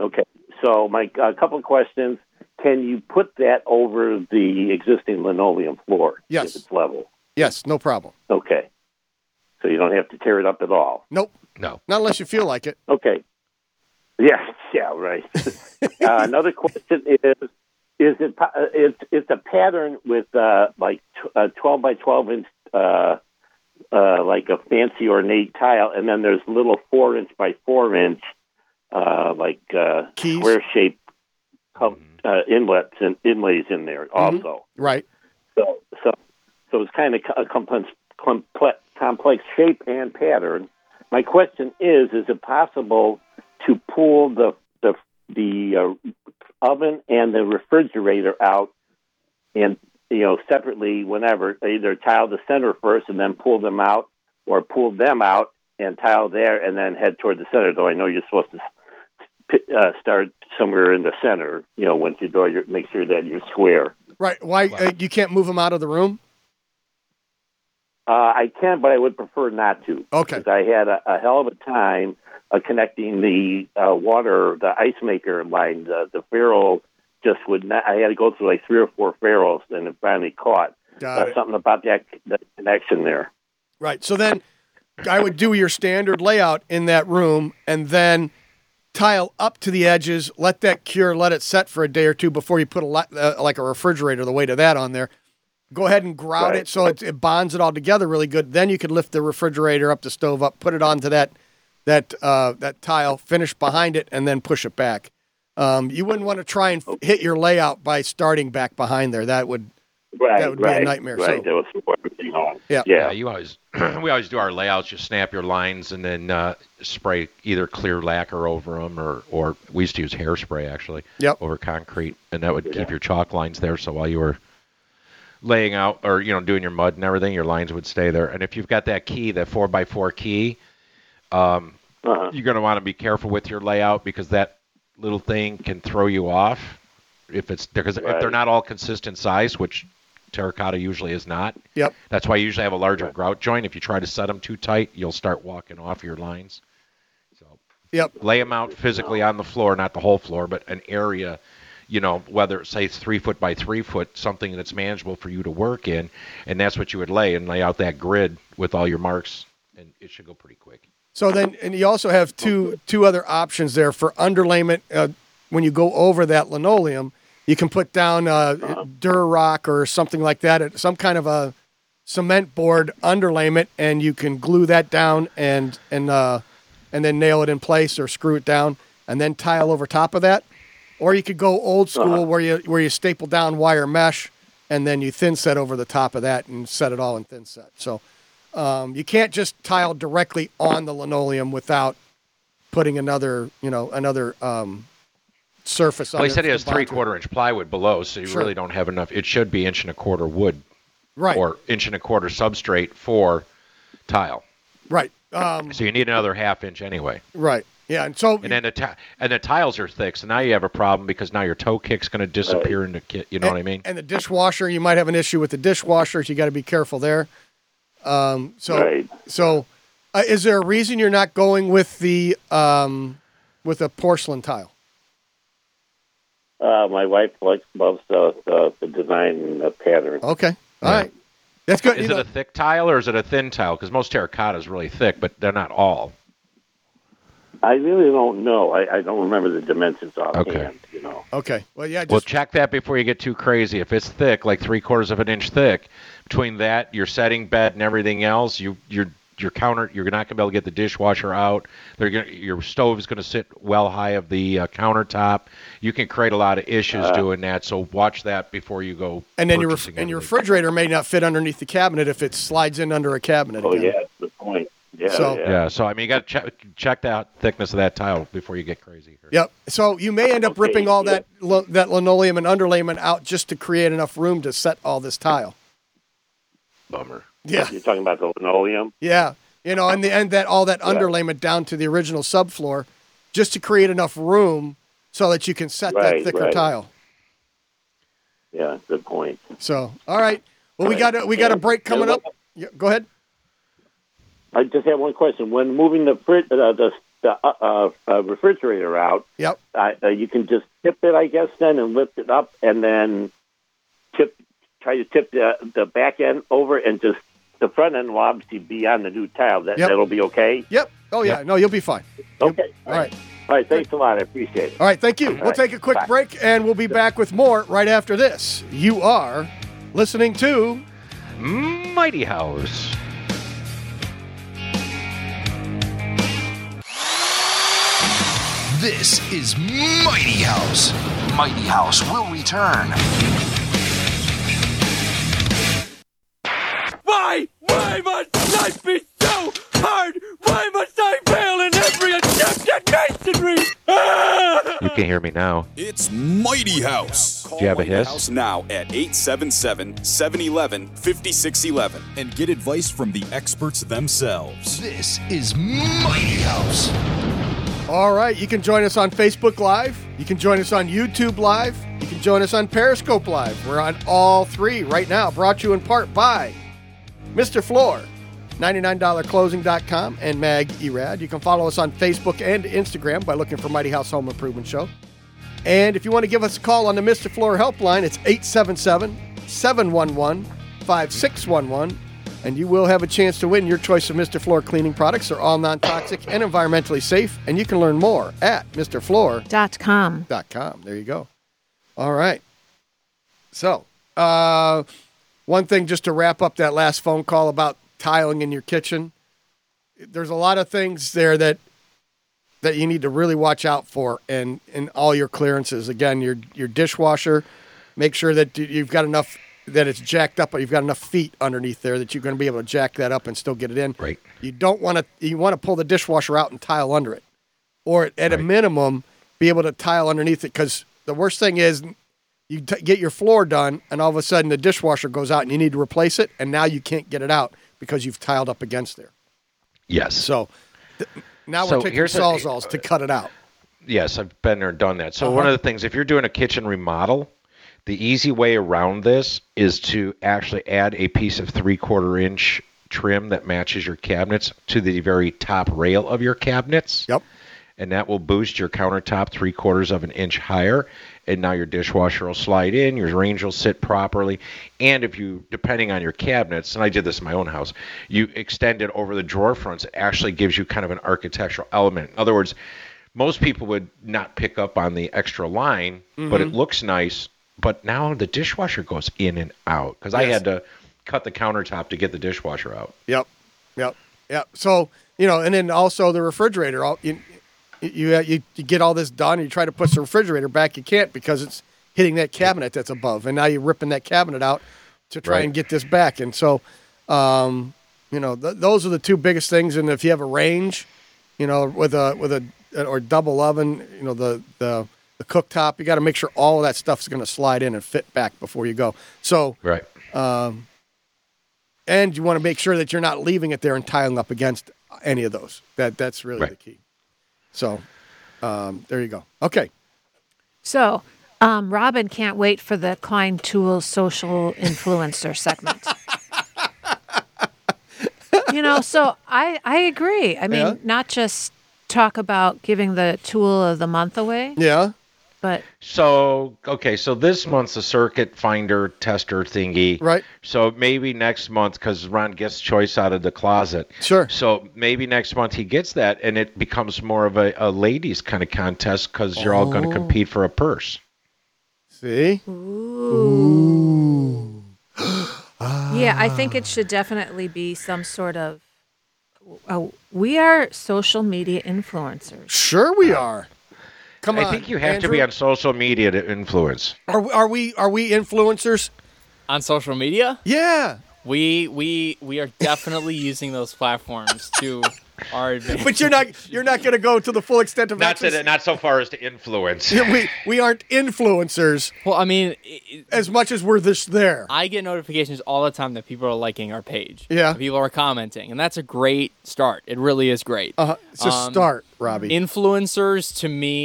[SPEAKER 9] Okay, so my a couple of questions. Can you put that over the existing linoleum floor?
[SPEAKER 1] Yes.
[SPEAKER 9] If it's level.
[SPEAKER 1] Yes, no problem.
[SPEAKER 9] Okay. So you don't have to tear it up at all.
[SPEAKER 1] Nope,
[SPEAKER 3] No.
[SPEAKER 1] not unless you feel like it.
[SPEAKER 9] Okay. Yeah, yeah, right. uh, another question is: Is it po- uh, it's it's a pattern with uh, like tw- uh, twelve by twelve inch uh, uh, like a fancy ornate tile, and then there's little four inch by four inch uh, like uh,
[SPEAKER 1] Keys.
[SPEAKER 9] square shaped co- uh, inlets and inlays in there also.
[SPEAKER 1] Right.
[SPEAKER 9] So, so, so it's kind of a complex, complex, complex shape and pattern. My question is: Is it possible to pull the the the uh, oven and the refrigerator out, and you know separately whenever either tile the center first and then pull them out, or pull them out and tile there and then head toward the center? Though I know you're supposed to p- uh, start somewhere in the center. You know, once you draw your, make sure that you're square.
[SPEAKER 1] Right. Why uh, you can't move them out of the room?
[SPEAKER 9] Uh, I can, but I would prefer not to.
[SPEAKER 1] Okay.
[SPEAKER 9] 'Cause I had a, a hell of a time uh, connecting the uh, water, the ice maker line. The, the ferrule just would not. I had to go through like three or four ferrules, and it finally caught.
[SPEAKER 1] Got
[SPEAKER 9] Uh,
[SPEAKER 1] it.
[SPEAKER 9] something about that, that connection there.
[SPEAKER 1] Right. So then I would do your standard layout in that room and then tile up to the edges, let that cure, let it set for a day or two before you put a lot, uh, like a refrigerator, the weight of that on there. Go ahead and grout
[SPEAKER 9] Right.
[SPEAKER 1] it so it, it bonds it all together really good. Then you could lift the refrigerator up, the stove up, put it onto that that uh, that tile, finish behind it, and then push it back. Um, you wouldn't want to try and
[SPEAKER 9] Oh.
[SPEAKER 1] f- hit your layout by starting back behind there. That would
[SPEAKER 9] Right.
[SPEAKER 1] That would be a
[SPEAKER 9] right,
[SPEAKER 1] nightmare,
[SPEAKER 9] Right.
[SPEAKER 1] so-
[SPEAKER 9] That was everything on.
[SPEAKER 1] Yeah.
[SPEAKER 9] Yeah.
[SPEAKER 3] you always we always do our layouts. You snap your lines and then uh, spray either clear lacquer over them, or or we used to use hairspray actually
[SPEAKER 1] Yep.
[SPEAKER 3] over concrete, and that would keep your chalk lines there. So while you were laying out or you know doing your mud and everything, your lines would stay there. And if you've got that key, that four by four key, um,
[SPEAKER 9] Uh-huh.
[SPEAKER 3] you're going to want to be careful with your layout because that little thing can throw you off if it's because if they're
[SPEAKER 9] Right.
[SPEAKER 3] not all consistent size, which terracotta usually is not.
[SPEAKER 1] Yep.
[SPEAKER 3] That's why you usually have a larger grout joint. If you try to set them too tight, you'll start walking off your lines. So
[SPEAKER 1] Yep.
[SPEAKER 3] lay them out physically on the floor, not the whole floor, but an area, you know, whether it's say it's three foot by three foot, something that's manageable for you to work in, and that's what you would lay and lay out that grid with all your marks, and it should go pretty quick.
[SPEAKER 1] So then, and you also have two two other options there for underlayment. Uh, when you go over that linoleum, you can put down uh, Durarock or something like that, uh, some kind of a cement board underlayment, and you can glue that down and and uh, and then nail it in place or screw it down, and then tile over top of that. Or you could go old school where you where you staple down wire mesh, and then you thin set over the top of that and set it all in thin set. So. Um, you can't just tile directly on the linoleum without putting another, you know, another um, surface.
[SPEAKER 3] Well, he
[SPEAKER 1] under
[SPEAKER 3] said he
[SPEAKER 1] the
[SPEAKER 3] has
[SPEAKER 1] bottom.
[SPEAKER 3] three quarter inch plywood below, so you
[SPEAKER 1] Sure.
[SPEAKER 3] really don't have enough. It should be inch and a quarter wood
[SPEAKER 1] Right,
[SPEAKER 3] or inch and a quarter substrate for tile.
[SPEAKER 1] right, um,
[SPEAKER 3] So you need another half inch anyway.
[SPEAKER 1] right. Yeah, and so
[SPEAKER 3] And then the ti- and the tiles are thick, so now you have a problem because now your toe kick's going to disappear into ki- you know what I mean?
[SPEAKER 1] and the dishwasher, you might have an issue with the dishwashers. You got to be careful there. Um, so,
[SPEAKER 9] Right.
[SPEAKER 1] so uh, is there a reason you're not going with the um, with a porcelain tile?
[SPEAKER 9] Uh, my wife likes loves the, the, the design and the pattern.
[SPEAKER 1] Okay, all right, that's good.
[SPEAKER 3] Is
[SPEAKER 1] you
[SPEAKER 3] it
[SPEAKER 1] know-
[SPEAKER 3] a thick tile or is it a thin tile? Because most terracotta is really thick, but they're not all.
[SPEAKER 9] I really don't know. I, I don't remember the dimensions offhand.
[SPEAKER 3] Okay.
[SPEAKER 9] You know.
[SPEAKER 1] okay, well, yeah, just
[SPEAKER 3] well, check that before you get too crazy. If it's thick, like three quarters of an inch thick, between that, your setting bed and everything else, you your your counter, you're not gonna be able to get the dishwasher out. They're gonna, your stove is gonna sit well high of the uh, countertop. You can create a lot of issues doing that. So watch that before you go.
[SPEAKER 1] and then your ref-
[SPEAKER 3] purchasing
[SPEAKER 1] and your
[SPEAKER 3] everything.
[SPEAKER 1] refrigerator may not fit underneath the cabinet if it slides in under a cabinet.
[SPEAKER 9] Oh
[SPEAKER 1] again.
[SPEAKER 9] yeah, that's the point. Yeah.
[SPEAKER 1] So-
[SPEAKER 9] yeah.
[SPEAKER 3] Yeah, so I mean, you got to check check that thickness of that tile before you get crazy. Here.
[SPEAKER 1] Yep. So you may end up
[SPEAKER 9] Okay,
[SPEAKER 1] ripping all
[SPEAKER 9] yeah.
[SPEAKER 1] that lo- that linoleum and underlayment out just to create enough room to set all this tile.
[SPEAKER 3] Bummer.
[SPEAKER 1] Yeah.
[SPEAKER 9] You're talking about the linoleum.
[SPEAKER 1] Yeah. You know, and the and that all that underlayment down to the original subfloor, just to create enough room so that you can set that
[SPEAKER 9] Right,
[SPEAKER 1] thicker
[SPEAKER 9] right.
[SPEAKER 1] tile.
[SPEAKER 9] Yeah, good point.
[SPEAKER 1] So all right. Well, we
[SPEAKER 9] Right.
[SPEAKER 1] got a we got a
[SPEAKER 9] Yeah.
[SPEAKER 1] break coming
[SPEAKER 9] Yeah,
[SPEAKER 1] up. Yeah, go ahead.
[SPEAKER 9] I just have one question. When moving the fri- uh, the, the uh, uh, refrigerator out,
[SPEAKER 1] Yep.
[SPEAKER 9] I, uh, you can just tip it, I guess, then and lift it up, and then tip try to tip the the back end over, and just the front end will obviously be on the new tile. That
[SPEAKER 1] Yep.
[SPEAKER 9] that'll be okay.
[SPEAKER 1] Yep. Oh yeah. No, you'll be fine.
[SPEAKER 9] Okay.
[SPEAKER 1] All right.
[SPEAKER 9] All right. Thanks a lot. I appreciate it.
[SPEAKER 1] All right, thank you. we'll
[SPEAKER 9] right,
[SPEAKER 1] take a quick
[SPEAKER 9] bye.
[SPEAKER 1] break and we'll be back with more right after this. You are listening to
[SPEAKER 3] Mighty House.
[SPEAKER 6] This is Mighty House. Mighty House will return.
[SPEAKER 7] Why? Why must life be so hard? Why must I fail in every attempt at masonry? Ah!
[SPEAKER 3] You can hear me now.
[SPEAKER 8] It's Mighty House. Call
[SPEAKER 3] you have a
[SPEAKER 8] Mighty
[SPEAKER 3] hiss?
[SPEAKER 8] House now at 877 711 5611 and get advice from the experts themselves.
[SPEAKER 6] This is Mighty House.
[SPEAKER 1] All right, you can join us on Facebook Live. You can join us on YouTube Live. You can join us on Periscope Live. We're on all three right now, brought to you in part by Mr. Floor, $99closing.com, and Mag Erad. You can follow us on Facebook and Instagram by looking for Mighty House Home Improvement Show. And if you want to give us a call on the Mr. Floor helpline, it's 877 711 5611. And you will have a chance to win your choice of Mr. Floor cleaning products. They're all non toxic and environmentally safe. And you can learn more at MrFloor.com.
[SPEAKER 2] Dot com.
[SPEAKER 1] There you go. All right. So, uh, one thing just to wrap up that last phone call about tiling in your kitchen. There's a lot of things there that that you need to really watch out for and in all your clearances. Again, your your dishwasher, make sure that you- you've got enough that it's jacked up, but you've got enough feet underneath there that you're going to be able to jack that up and still get it in.
[SPEAKER 3] Right.
[SPEAKER 1] You don't want to you want to pull the dishwasher out and tile under it, or at a minimum be able to tile underneath it because the worst thing is you t- get your floor done and all of a sudden the dishwasher goes out and you need to replace it and now you can't get it out because you've tiled up against there.
[SPEAKER 3] Yes.
[SPEAKER 1] So th- Now
[SPEAKER 3] So
[SPEAKER 1] we're taking
[SPEAKER 3] here's a-
[SPEAKER 1] sawzalls to cut it out.
[SPEAKER 3] Yes, I've been there, done that. So one of the things, if you're doing a kitchen remodel, the easy way around this is to actually add a piece of three-quarter inch trim that matches your cabinets to the very top rail of your cabinets.
[SPEAKER 1] Yep.
[SPEAKER 3] And that will boost your countertop three quarters of an inch higher. And now your dishwasher will slide in, your range will sit properly. And if you, depending on your cabinets, and I did this in my own house, you extend it over the drawer fronts, it actually gives you kind of an architectural element. In other words, most people would not pick up on the extra line, but it looks nice. But now the dishwasher goes in and out because I
[SPEAKER 1] Yes.
[SPEAKER 3] had to cut the countertop to get the dishwasher out.
[SPEAKER 1] Yep, yep, yep. So you know, and then also the refrigerator. All you you uh, you, you get all this done. You try to push the refrigerator back. You can't because it's hitting that cabinet that's above, and now you're ripping that cabinet out to try
[SPEAKER 3] Right.
[SPEAKER 1] and get this back. And so, um, you know, th- those are the two biggest things. And if you have a range, you know, with a with a or double oven, you know, the the the cooktop, you got to make sure all of that stuff's going to slide in and fit back before you go. So
[SPEAKER 3] Right.
[SPEAKER 1] and you want to make sure that you're not leaving it there and tiling up against any of those. That that's really
[SPEAKER 3] Right.
[SPEAKER 1] the key. So um, there you go. Okay,
[SPEAKER 2] So, um, Robin can't wait for the Klein Tools social influencer segment. you know, so I, I agree. I mean,
[SPEAKER 1] Yeah.
[SPEAKER 2] not just talk about giving the tool of the month away,
[SPEAKER 1] yeah,
[SPEAKER 2] but
[SPEAKER 3] So okay, so this month's a circuit finder tester thingy.
[SPEAKER 1] Right.
[SPEAKER 3] So maybe next month, because Ron gets choice out of the closet.
[SPEAKER 1] Sure.
[SPEAKER 3] So maybe next month he gets that, and it becomes more of a, a ladies kind of contest because you're all
[SPEAKER 1] Oh.
[SPEAKER 3] going to compete for a purse.
[SPEAKER 1] see,
[SPEAKER 2] yeah, I think it should definitely be some sort of. Uh, we are social media influencers.
[SPEAKER 1] sure we are. Come on,
[SPEAKER 3] Uh, I think you have to be on
[SPEAKER 1] Andrew.
[SPEAKER 3] social media to influence.
[SPEAKER 1] Are we, are we are we influencers?
[SPEAKER 4] On social media,
[SPEAKER 1] Yeah,
[SPEAKER 4] we we we are definitely using those platforms to our advantage.
[SPEAKER 1] but you're not you're not going to go to the full extent of
[SPEAKER 3] Not
[SPEAKER 1] actually-
[SPEAKER 3] to, not so far as to influence.
[SPEAKER 1] we we aren't influencers
[SPEAKER 4] Well, I mean, it, it-
[SPEAKER 1] as much as we're this there.
[SPEAKER 4] I get notifications all the time that people are liking our page.
[SPEAKER 1] Yeah.
[SPEAKER 4] that people are commenting, and that's a great start. It really is great.
[SPEAKER 1] Uh, it's a
[SPEAKER 4] Um,
[SPEAKER 1] start, Robbie.
[SPEAKER 4] influencers to me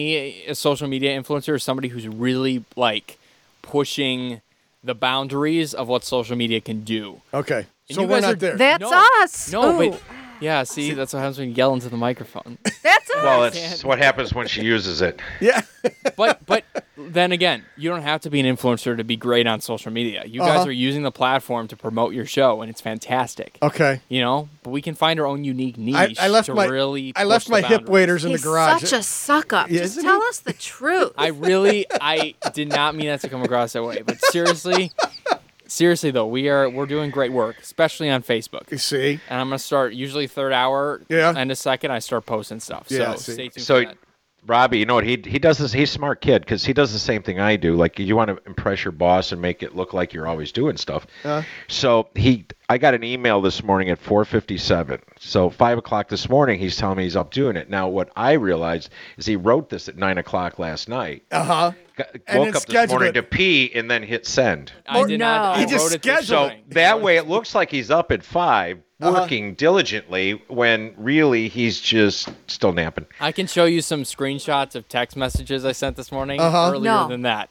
[SPEAKER 4] a social media influencer is somebody who's really like pushing the boundaries of what social media can do
[SPEAKER 1] okay,
[SPEAKER 4] And
[SPEAKER 1] so
[SPEAKER 4] you
[SPEAKER 1] we're
[SPEAKER 4] guys
[SPEAKER 1] not
[SPEAKER 4] are-
[SPEAKER 1] there.
[SPEAKER 2] That's
[SPEAKER 4] No.
[SPEAKER 2] us.
[SPEAKER 4] no
[SPEAKER 2] Ooh,
[SPEAKER 4] but yeah see that's what happens when you yell into the microphone
[SPEAKER 2] that's us.
[SPEAKER 3] Well, it's what happens when she uses it.
[SPEAKER 1] yeah,
[SPEAKER 4] but but then again you don't have to be an influencer to be great on social media you guys
[SPEAKER 1] Uh-huh.
[SPEAKER 4] are using the platform to promote your show and it's fantastic
[SPEAKER 1] okay.
[SPEAKER 4] you know but we can find our own unique
[SPEAKER 1] I,
[SPEAKER 4] niche
[SPEAKER 1] I left
[SPEAKER 4] to
[SPEAKER 1] my
[SPEAKER 4] really
[SPEAKER 1] I left
[SPEAKER 4] push
[SPEAKER 1] my
[SPEAKER 4] the
[SPEAKER 1] hip
[SPEAKER 4] boundaries.
[SPEAKER 1] waders in
[SPEAKER 2] He's
[SPEAKER 1] the garage.
[SPEAKER 2] such a suck up. Just
[SPEAKER 1] Isn't
[SPEAKER 2] tell
[SPEAKER 1] he?
[SPEAKER 2] us the truth.
[SPEAKER 4] I really, I did not mean that to come across that way. But seriously, seriously though, we are we're doing great work, especially on Facebook.
[SPEAKER 1] you see,
[SPEAKER 4] And I'm gonna start usually third hour,
[SPEAKER 1] Yeah.
[SPEAKER 4] and a second I start posting stuff.
[SPEAKER 1] Yeah, I
[SPEAKER 4] so
[SPEAKER 1] see.
[SPEAKER 4] stay tuned.
[SPEAKER 3] So,
[SPEAKER 4] for that.
[SPEAKER 3] Robbie, you know what he he does this. He's a smart kid because he does the same thing I do. Like you want to impress your boss and make it look like you're always doing stuff.
[SPEAKER 1] Uh-huh.
[SPEAKER 3] So he, I got an email this morning at 4:57. So five o'clock this morning, he's telling me he's up doing it. Now what I realized is he wrote this at nine o'clock last night.
[SPEAKER 1] uh huh.
[SPEAKER 3] Got,
[SPEAKER 1] And
[SPEAKER 3] woke
[SPEAKER 1] then
[SPEAKER 3] up this
[SPEAKER 1] scheduled
[SPEAKER 3] morning
[SPEAKER 1] it.
[SPEAKER 3] to pee and then hit send.
[SPEAKER 4] I did not.
[SPEAKER 2] No. He
[SPEAKER 4] I
[SPEAKER 1] just
[SPEAKER 4] wrote it
[SPEAKER 1] scheduled
[SPEAKER 4] this
[SPEAKER 3] So
[SPEAKER 4] morning.
[SPEAKER 3] that way, it looks like he's up at five,
[SPEAKER 1] Uh-huh.
[SPEAKER 3] working diligently, when really he's just still napping.
[SPEAKER 4] I can show you some screenshots of text messages I sent this morning
[SPEAKER 1] Uh-huh.
[SPEAKER 4] earlier
[SPEAKER 2] No.
[SPEAKER 4] than that.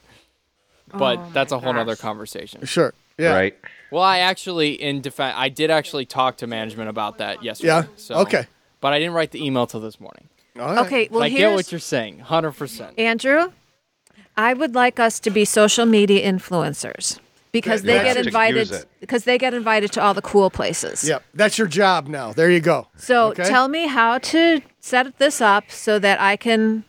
[SPEAKER 4] But
[SPEAKER 2] Oh
[SPEAKER 4] that's
[SPEAKER 2] my
[SPEAKER 4] a whole other
[SPEAKER 2] gosh.
[SPEAKER 4] conversation.
[SPEAKER 1] Sure. Yeah.
[SPEAKER 3] Right.
[SPEAKER 4] Well, I actually in defense, I did actually talk to management about that yesterday.
[SPEAKER 1] Yeah?
[SPEAKER 4] So,
[SPEAKER 1] Okay.
[SPEAKER 4] But I didn't write the email till this morning.
[SPEAKER 1] All right.
[SPEAKER 2] Okay, well
[SPEAKER 4] I
[SPEAKER 2] here's
[SPEAKER 4] get what you're saying, hundred percent.
[SPEAKER 2] Andrew, I would like us to be social media influencers because
[SPEAKER 1] Yeah,
[SPEAKER 2] they
[SPEAKER 1] yeah.
[SPEAKER 2] get
[SPEAKER 3] To use
[SPEAKER 2] invited
[SPEAKER 3] it.
[SPEAKER 2] because they get invited to all the cool places.
[SPEAKER 1] Yep. That's your job now. There you go.
[SPEAKER 2] So
[SPEAKER 1] Okay.
[SPEAKER 2] tell me how to set this up so that I can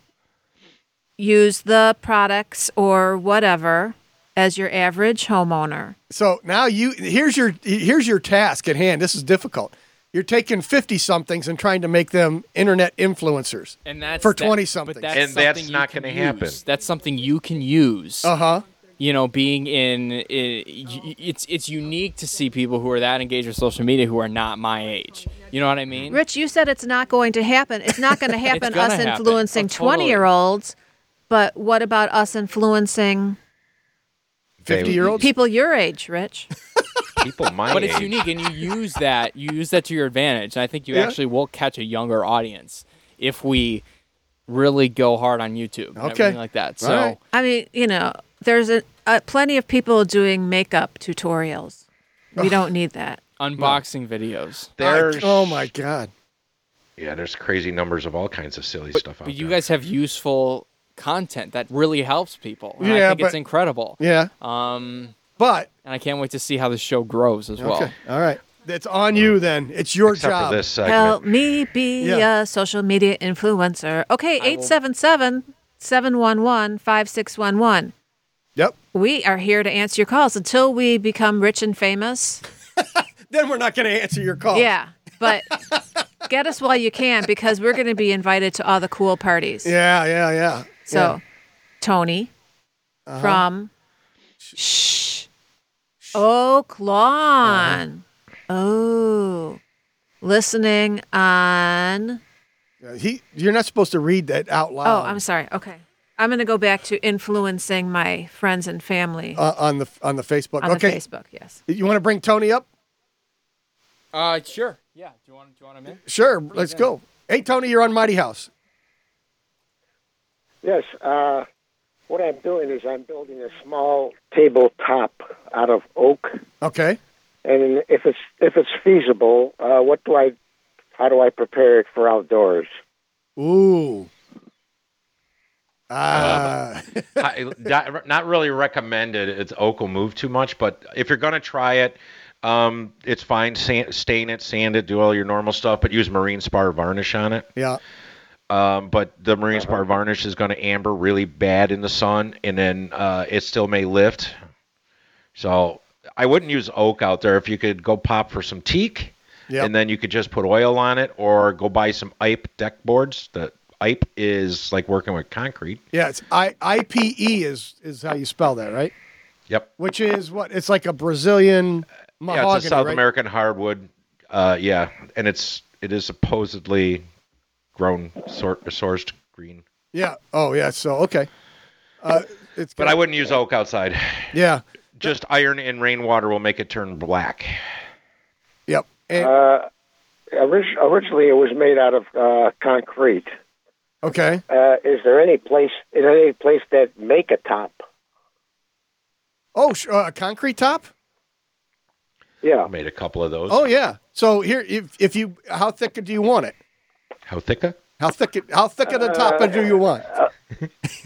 [SPEAKER 2] use the products or whatever as your average homeowner.
[SPEAKER 1] So now you here's your here's your task at hand. This is difficult. You're taking fifty somethings and trying to make them internet influencers.
[SPEAKER 4] And that's
[SPEAKER 1] for
[SPEAKER 4] that-
[SPEAKER 1] twenty somethings.
[SPEAKER 4] but that's
[SPEAKER 3] And that's
[SPEAKER 4] something you
[SPEAKER 3] not
[SPEAKER 4] can
[SPEAKER 3] gonna happen.
[SPEAKER 4] use. That's something you can use.
[SPEAKER 1] Uh huh.
[SPEAKER 4] You know, being in i- y- it's it's unique to see people who are that engaged with social media who are not my age. You know what I mean?
[SPEAKER 2] Rich, you said it's not going to happen. It's not going to happen
[SPEAKER 4] gonna
[SPEAKER 2] us
[SPEAKER 4] happen.
[SPEAKER 2] influencing
[SPEAKER 4] Oh, totally.
[SPEAKER 2] 20-year-olds, but what about us influencing
[SPEAKER 1] Fifty year olds.
[SPEAKER 2] people your age, Rich?
[SPEAKER 3] people my
[SPEAKER 4] But it's
[SPEAKER 3] age.
[SPEAKER 4] unique, and you use that you use that to your advantage. And I think you
[SPEAKER 1] Yeah.
[SPEAKER 4] actually will catch a younger audience. if we really go hard on YouTube. and
[SPEAKER 1] Okay.
[SPEAKER 4] everything like that. So
[SPEAKER 1] right.
[SPEAKER 2] I mean, you know, there's a, uh plenty of people doing makeup tutorials. We don't need that.
[SPEAKER 4] unboxing videos.
[SPEAKER 3] There's
[SPEAKER 1] oh my god.
[SPEAKER 3] yeah, there's crazy numbers of all kinds of silly stuff out
[SPEAKER 4] But you
[SPEAKER 3] there.
[SPEAKER 4] guys have useful content that really helps people. and I
[SPEAKER 1] Yeah,
[SPEAKER 4] think it's
[SPEAKER 1] but-
[SPEAKER 4] incredible.
[SPEAKER 1] Yeah,
[SPEAKER 4] Um,
[SPEAKER 1] but
[SPEAKER 4] and I can't wait to see how the show grows as well.
[SPEAKER 1] okay, all right. It's on you then. It's your
[SPEAKER 3] Except
[SPEAKER 1] job.
[SPEAKER 3] for this segment.
[SPEAKER 2] Help me be
[SPEAKER 1] Yeah.
[SPEAKER 2] a social media influencer. Okay, 877 711 5611.
[SPEAKER 1] Yep.
[SPEAKER 2] We are here to answer your calls until we become rich and famous.
[SPEAKER 1] Then we're not going to answer your call.
[SPEAKER 2] Yeah, but get us while you can because we're going to be invited to all the cool parties.
[SPEAKER 1] Yeah, yeah, yeah. Uh-huh.
[SPEAKER 2] So, Tony from Shh, Oak Lawn. Oh, listening on.
[SPEAKER 1] Yeah. He, you're not supposed to read that out loud.
[SPEAKER 2] Oh, I'm sorry. Okay. I'm going to go back to influencing my friends and family
[SPEAKER 1] uh, on the on the Facebook.
[SPEAKER 2] on
[SPEAKER 1] okay,
[SPEAKER 2] the Facebook. Yes.
[SPEAKER 1] you want to bring Tony up?
[SPEAKER 4] Uh, sure. Yeah. Do you want? Do you want him in?
[SPEAKER 1] Sure, let's go. Hey, Tony, you're on Mighty House.
[SPEAKER 10] Yes. Uh, what I'm doing is I'm building a small tabletop out of oak,
[SPEAKER 1] Okay.
[SPEAKER 10] and if it's if it's feasible, uh, what do I, how do I prepare it for outdoors?
[SPEAKER 1] Ooh. Ah.
[SPEAKER 3] I- not not really recommended. It's oak will move too much, but if you're gonna try it, um, it's fine. Sand, stain it, sand it, do all your normal stuff, but use marine spar varnish on it.
[SPEAKER 1] yeah.
[SPEAKER 3] Um, but the marine
[SPEAKER 4] Uh-huh.
[SPEAKER 3] spar varnish is gonna amber really bad in the sun, and then uh, it still may lift. So I wouldn't use oak out there. If you could go pop for some teak,
[SPEAKER 1] Yep.
[SPEAKER 3] and then you could just put oil on it, or go buy some IPE deck boards. The IPE is like working with concrete.
[SPEAKER 1] Yeah. It's I I P E is is how you spell that, right?
[SPEAKER 3] Yep.
[SPEAKER 1] Which is what it's like a Brazilian mahogany.
[SPEAKER 3] yeah, it's a South
[SPEAKER 1] right?
[SPEAKER 3] American hardwood. Uh, yeah, and it's it is supposedly grown sort sourced green,
[SPEAKER 1] Yeah. Oh yeah. So okay. Uh, it's
[SPEAKER 3] but I wouldn't use oak outside.
[SPEAKER 1] yeah.
[SPEAKER 3] Just iron and rainwater will make it turn black.
[SPEAKER 1] Yep. And,
[SPEAKER 10] Uh, orig- originally, it was made out of uh, concrete.
[SPEAKER 1] okay.
[SPEAKER 10] Uh, is there any place? Is there any place that make a top?
[SPEAKER 1] Oh, sh- uh, a concrete top.
[SPEAKER 10] Yeah.
[SPEAKER 3] I made a couple of those.
[SPEAKER 1] Oh yeah. So here, if if you, how thick do you want it?
[SPEAKER 3] How thick? a-
[SPEAKER 1] How thick? it- How thick of the top do you want?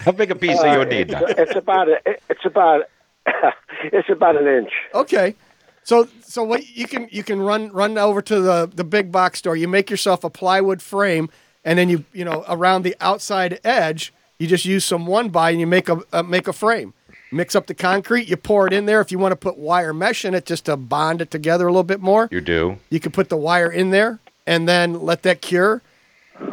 [SPEAKER 3] How big a piece do you need? Doc?
[SPEAKER 10] It's about a, it's about it's about an inch.
[SPEAKER 1] Okay. So so what you can you can run run over to the the big box store. You make yourself a plywood frame, and then you you know around the outside edge, you just use some one by and you make a uh, make a frame. Mix up the concrete, you pour it in there. If you want to put wire mesh in it just to bond it together a little bit more,
[SPEAKER 3] You do.
[SPEAKER 1] you can put the wire in there and then let that cure.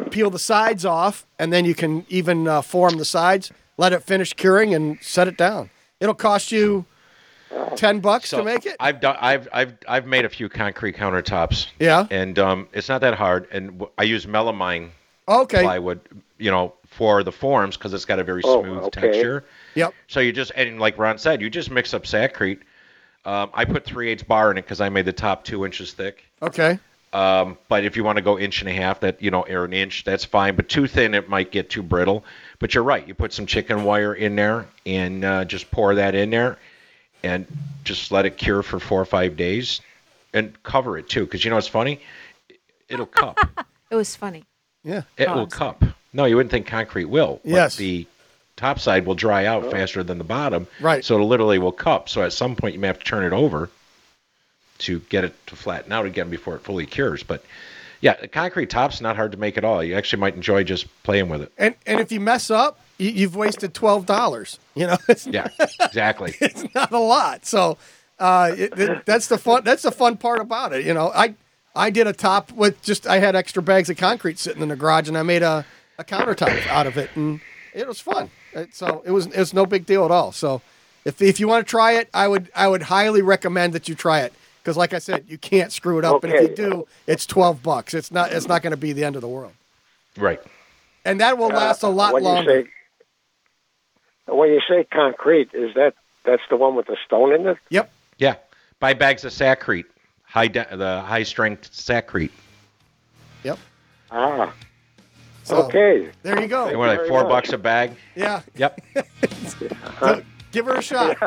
[SPEAKER 1] Peel the sides off, and then you can even uh, form the sides. Let it finish curing and set it down. It'll cost you ten bucks to make it.
[SPEAKER 3] I've done. I've I've I've made a few concrete countertops.
[SPEAKER 1] Yeah.
[SPEAKER 3] And um, it's not that hard. And w- I use melamine
[SPEAKER 1] Okay.
[SPEAKER 3] plywood, you know, for the forms because it's got a very
[SPEAKER 10] Oh,
[SPEAKER 3] smooth
[SPEAKER 10] okay.
[SPEAKER 3] texture.
[SPEAKER 1] Yep.
[SPEAKER 3] So you just and like Ron said, you just mix up sacrete. Um, I put three eighths bar in it because I made the top two inches thick.
[SPEAKER 1] Okay.
[SPEAKER 3] Um, but if you want to go inch and a half, that you know, or an inch, that's fine. But too thin, it might get too brittle. But you're right. You put some chicken wire in there and uh, just pour that in there, and just let it cure for four or five days, and cover it too. Because you know what's funny? It'll cup.
[SPEAKER 2] It was funny.
[SPEAKER 1] Yeah.
[SPEAKER 3] It
[SPEAKER 2] Oh,
[SPEAKER 3] will
[SPEAKER 2] I'm
[SPEAKER 3] cup. No, you wouldn't think concrete will. but
[SPEAKER 1] Yes.
[SPEAKER 3] The top side will dry out faster than the bottom.
[SPEAKER 1] Right.
[SPEAKER 3] So it literally will cup. So at some point you may have to turn it over to get it to flatten out again before it fully cures. But yeah, a concrete top's not hard to make at all. You actually might enjoy just playing with it.
[SPEAKER 1] And and if you mess up, you, you've wasted twelve dollars. You know, it's,
[SPEAKER 3] Yeah, exactly.
[SPEAKER 1] it's not a lot. So uh, it, it- that's the fun. That's the fun part about it. You know, I I did a top with just I had extra bags of concrete sitting in the garage, and I made a, a countertop out of it, and it was fun. It- so it was it was no big deal at all. So if if you want to try it, I would I would highly recommend that you try it because, like I said, you can't screw it up, and if you
[SPEAKER 10] Okay.
[SPEAKER 1] do, it's twelve bucks. It's not it's not going to be the end of the world,
[SPEAKER 3] right.
[SPEAKER 1] and that will last a lot
[SPEAKER 10] Uh, when
[SPEAKER 1] longer.
[SPEAKER 10] You say, when you say concrete, is that that's the one with the stone in it?
[SPEAKER 1] Yep.
[SPEAKER 3] Yeah. Buy bags of sacrete, high de- the high strength sacrete.
[SPEAKER 1] Yep.
[SPEAKER 10] Ah, okay.
[SPEAKER 1] There you go.
[SPEAKER 3] They were like four bucks a bag.
[SPEAKER 1] Yeah.
[SPEAKER 3] Yep.
[SPEAKER 1] So, give her a shot.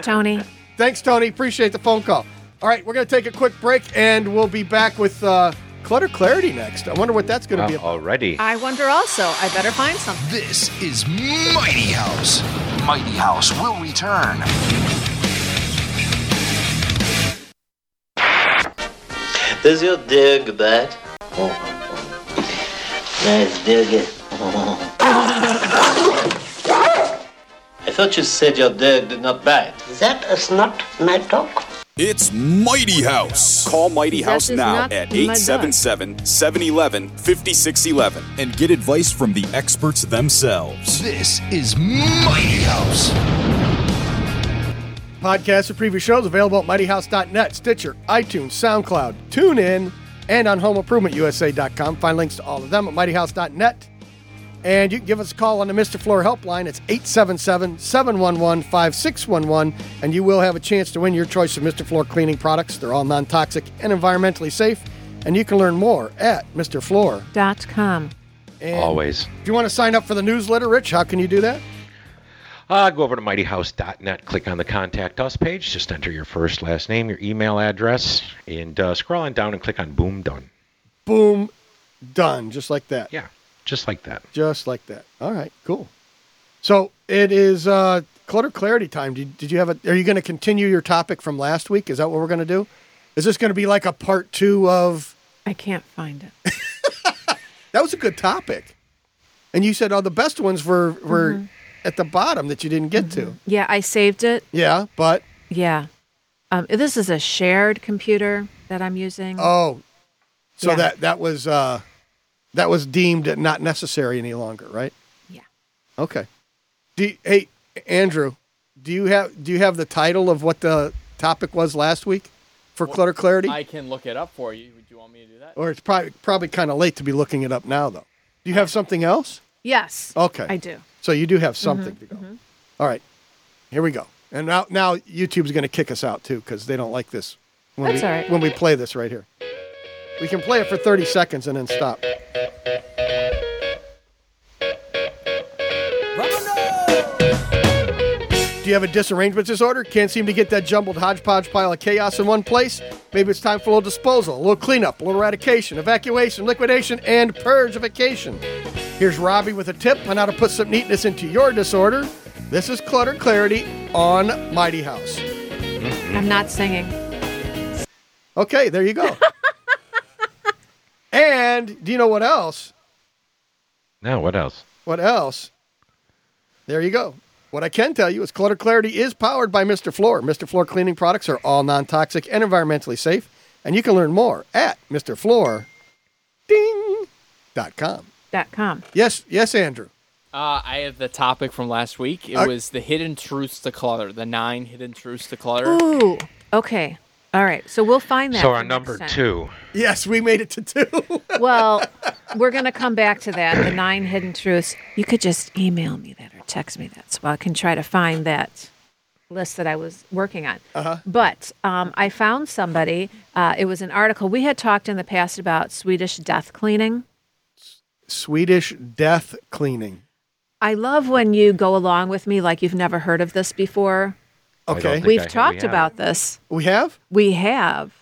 [SPEAKER 2] Tony.
[SPEAKER 1] Thanks, Tony. Appreciate the phone call. All right, we're going to take a quick break, and we'll be back with uh, Clutter Clarity next. I wonder what that's going to be
[SPEAKER 3] Wow,
[SPEAKER 1] about.
[SPEAKER 3] already.
[SPEAKER 2] I wonder also. I better find something.
[SPEAKER 6] This is Mighty House. Mighty House will return.
[SPEAKER 11] Does your dear that? Oh, nice dig it. I thought you said your dog did not bite. That is not my dog.
[SPEAKER 8] It's Mighty House. Call Mighty House
[SPEAKER 11] That is
[SPEAKER 8] now
[SPEAKER 11] not
[SPEAKER 8] at
[SPEAKER 11] my dog.
[SPEAKER 8] 877 711 5611 and get advice from the experts themselves.
[SPEAKER 6] This is Mighty House.
[SPEAKER 1] Podcasts of previous shows available at mightyhouse.net, Stitcher, iTunes, SoundCloud, TuneIn, and on homeimprovementusa.com. Find links to all of them at mightyhouse.net. And you can give us a call on the Mr. Floor helpline. It's 877 711 5611, and you will have a chance to win your choice of Mr. Floor cleaning products. They're all non toxic and environmentally safe. And you can learn more at MrFloor.com.
[SPEAKER 2] Dot com.
[SPEAKER 3] Always.
[SPEAKER 1] If you want to sign up for the newsletter, Rich, how can you do that?
[SPEAKER 3] Uh, go over to mightyhouse.net, click on the Contact Us page, just enter your first, last name, your email address, and uh, scroll on down and click on Boom Done.
[SPEAKER 1] Boom, done, just like that.
[SPEAKER 3] Yeah, just like that.
[SPEAKER 1] Just like that. All right, cool. So it is uh, clutter clarity time. Did, did you have a? Are you going to continue your topic from last week? Is that what we're going to do? Is this going to be like a part two of?
[SPEAKER 2] I can't find it.
[SPEAKER 1] That was a good topic, and you said all the best ones were were at the bottom that you didn't get to.
[SPEAKER 2] Yeah, I saved it.
[SPEAKER 1] Yeah, but
[SPEAKER 2] Yeah. Um, this is a shared computer that I'm using.
[SPEAKER 1] oh, so
[SPEAKER 2] Yeah.
[SPEAKER 1] that that was uh, that was deemed not necessary any longer, right?
[SPEAKER 2] Yeah.
[SPEAKER 1] Okay. Do you- hey Andrew, do you have do you have the title of what the topic was last week for clutter clarity?
[SPEAKER 4] I can look it up for you. Would you want me to do that?
[SPEAKER 1] or it's probably probably kind of late to be looking it up now though. Do you have something else?
[SPEAKER 2] Yes.
[SPEAKER 1] Okay.
[SPEAKER 2] I do.
[SPEAKER 1] So you do have
[SPEAKER 2] Mm-hmm.
[SPEAKER 1] something to go. All right. Here we go. And now now YouTube's going to kick us out too cuz they don't like this when
[SPEAKER 2] That's
[SPEAKER 1] we
[SPEAKER 2] all right.
[SPEAKER 1] when we play this right here. We can play it for 30 seconds and then stop. Do you have a disarrangement disorder? Can't seem to get that jumbled hodgepodge pile of chaos in one place? Maybe it's time for a little disposal, a little cleanup, a little eradication, evacuation, liquidation, and purgification. Here's Robbie with a tip on how to put some neatness into your disorder. This is Clutter Clarity on Mighty House.
[SPEAKER 2] I'm not singing.
[SPEAKER 1] Okay, there you go. and do you know what else?
[SPEAKER 3] Now, what else?
[SPEAKER 1] What else? There you go. What I can tell you is Clutter Clarity is powered by Mr. Floor. Mr. Floor cleaning products are all non toxic and environmentally safe. And you can learn more at MrFloor.com.
[SPEAKER 2] Dot com.
[SPEAKER 1] Yes, yes, Andrew.
[SPEAKER 4] Uh, I have the topic from last week. It
[SPEAKER 1] Uh,
[SPEAKER 4] was the hidden truths to clutter, the nine hidden truths to clutter.
[SPEAKER 2] Ooh. Okay. All right. So we'll find that.
[SPEAKER 3] So,
[SPEAKER 2] for
[SPEAKER 3] our
[SPEAKER 2] next
[SPEAKER 3] number
[SPEAKER 2] time.
[SPEAKER 3] two.
[SPEAKER 1] Yes, we made it to two.
[SPEAKER 2] Well, we're going to come back to that. The nine hidden truths. You could just email me that or text me that so I can try to find that list that I was working on. Uh-huh. But um, I found somebody. Uh, it was an article. We had talked in the past about Swedish death cleaning.
[SPEAKER 1] Swedish death cleaning.
[SPEAKER 2] I love when you go along with me like you've never heard of this before.
[SPEAKER 3] I don't
[SPEAKER 1] Okay.
[SPEAKER 3] think I
[SPEAKER 2] We've
[SPEAKER 3] have-
[SPEAKER 2] talked
[SPEAKER 3] we have.
[SPEAKER 2] about this.
[SPEAKER 1] We have?
[SPEAKER 2] We have.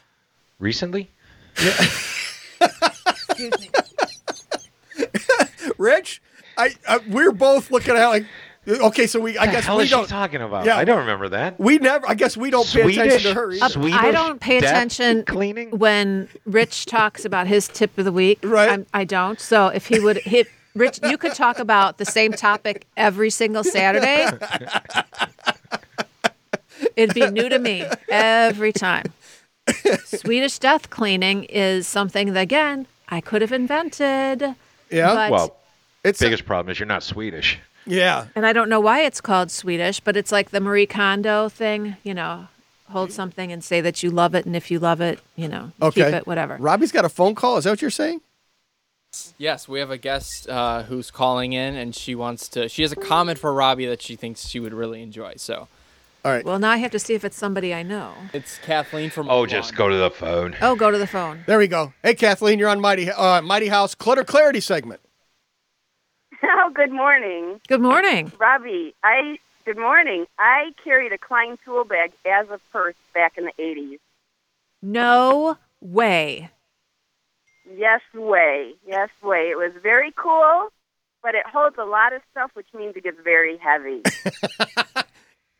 [SPEAKER 3] Recently?
[SPEAKER 1] Rich, I, I we're both looking at like okay, so we I
[SPEAKER 3] What the
[SPEAKER 1] guess
[SPEAKER 3] hell
[SPEAKER 1] we
[SPEAKER 3] is she
[SPEAKER 1] don't
[SPEAKER 3] talking about?
[SPEAKER 1] Yeah.
[SPEAKER 3] I don't remember that.
[SPEAKER 1] we never I guess we don't pay attention to her. either.
[SPEAKER 3] Swedish
[SPEAKER 2] I don't pay
[SPEAKER 3] death
[SPEAKER 2] attention
[SPEAKER 3] Cleaning?
[SPEAKER 2] when Rich talks about his tip of the week.
[SPEAKER 1] Right.
[SPEAKER 2] I'm, I don't. So if he would hit Rich, you could talk about the same topic every single Saturday. It'd be new to me every time. Swedish death cleaning is something that again I could have invented,
[SPEAKER 1] Yeah.
[SPEAKER 2] but
[SPEAKER 3] Well,
[SPEAKER 1] it's
[SPEAKER 3] biggest problem is you're not Swedish.
[SPEAKER 1] yeah.
[SPEAKER 2] and I don't know why it's called Swedish, but it's like the Marie Kondo thing. You know, hold something and say that you love it, and if you love it, you know, you
[SPEAKER 1] Okay.
[SPEAKER 2] keep it, whatever.
[SPEAKER 1] Robbie's got a phone call. Is that what you're saying?
[SPEAKER 4] Yes, we have a guest uh, who's calling in, and she wants to. She has a comment for Robbie that she thinks she would really enjoy. So
[SPEAKER 1] All right.
[SPEAKER 2] Well, now I have to see if it's somebody I know.
[SPEAKER 4] it's Kathleen from.
[SPEAKER 3] Oh,
[SPEAKER 4] Oaklawn.
[SPEAKER 3] just go to the phone.
[SPEAKER 2] Oh, go to the phone.
[SPEAKER 1] There we go. Hey Kathleen, you're on Mighty uh, Mighty House Clutter Clarity segment.
[SPEAKER 9] Oh, good morning.
[SPEAKER 2] Good morning.
[SPEAKER 9] Robbie, I good morning. I carried a Klein tool bag as a purse back in the 80s.
[SPEAKER 2] No way.
[SPEAKER 9] Yes way. Yes way. It was very cool, but it holds a lot of stuff which means it gets very heavy.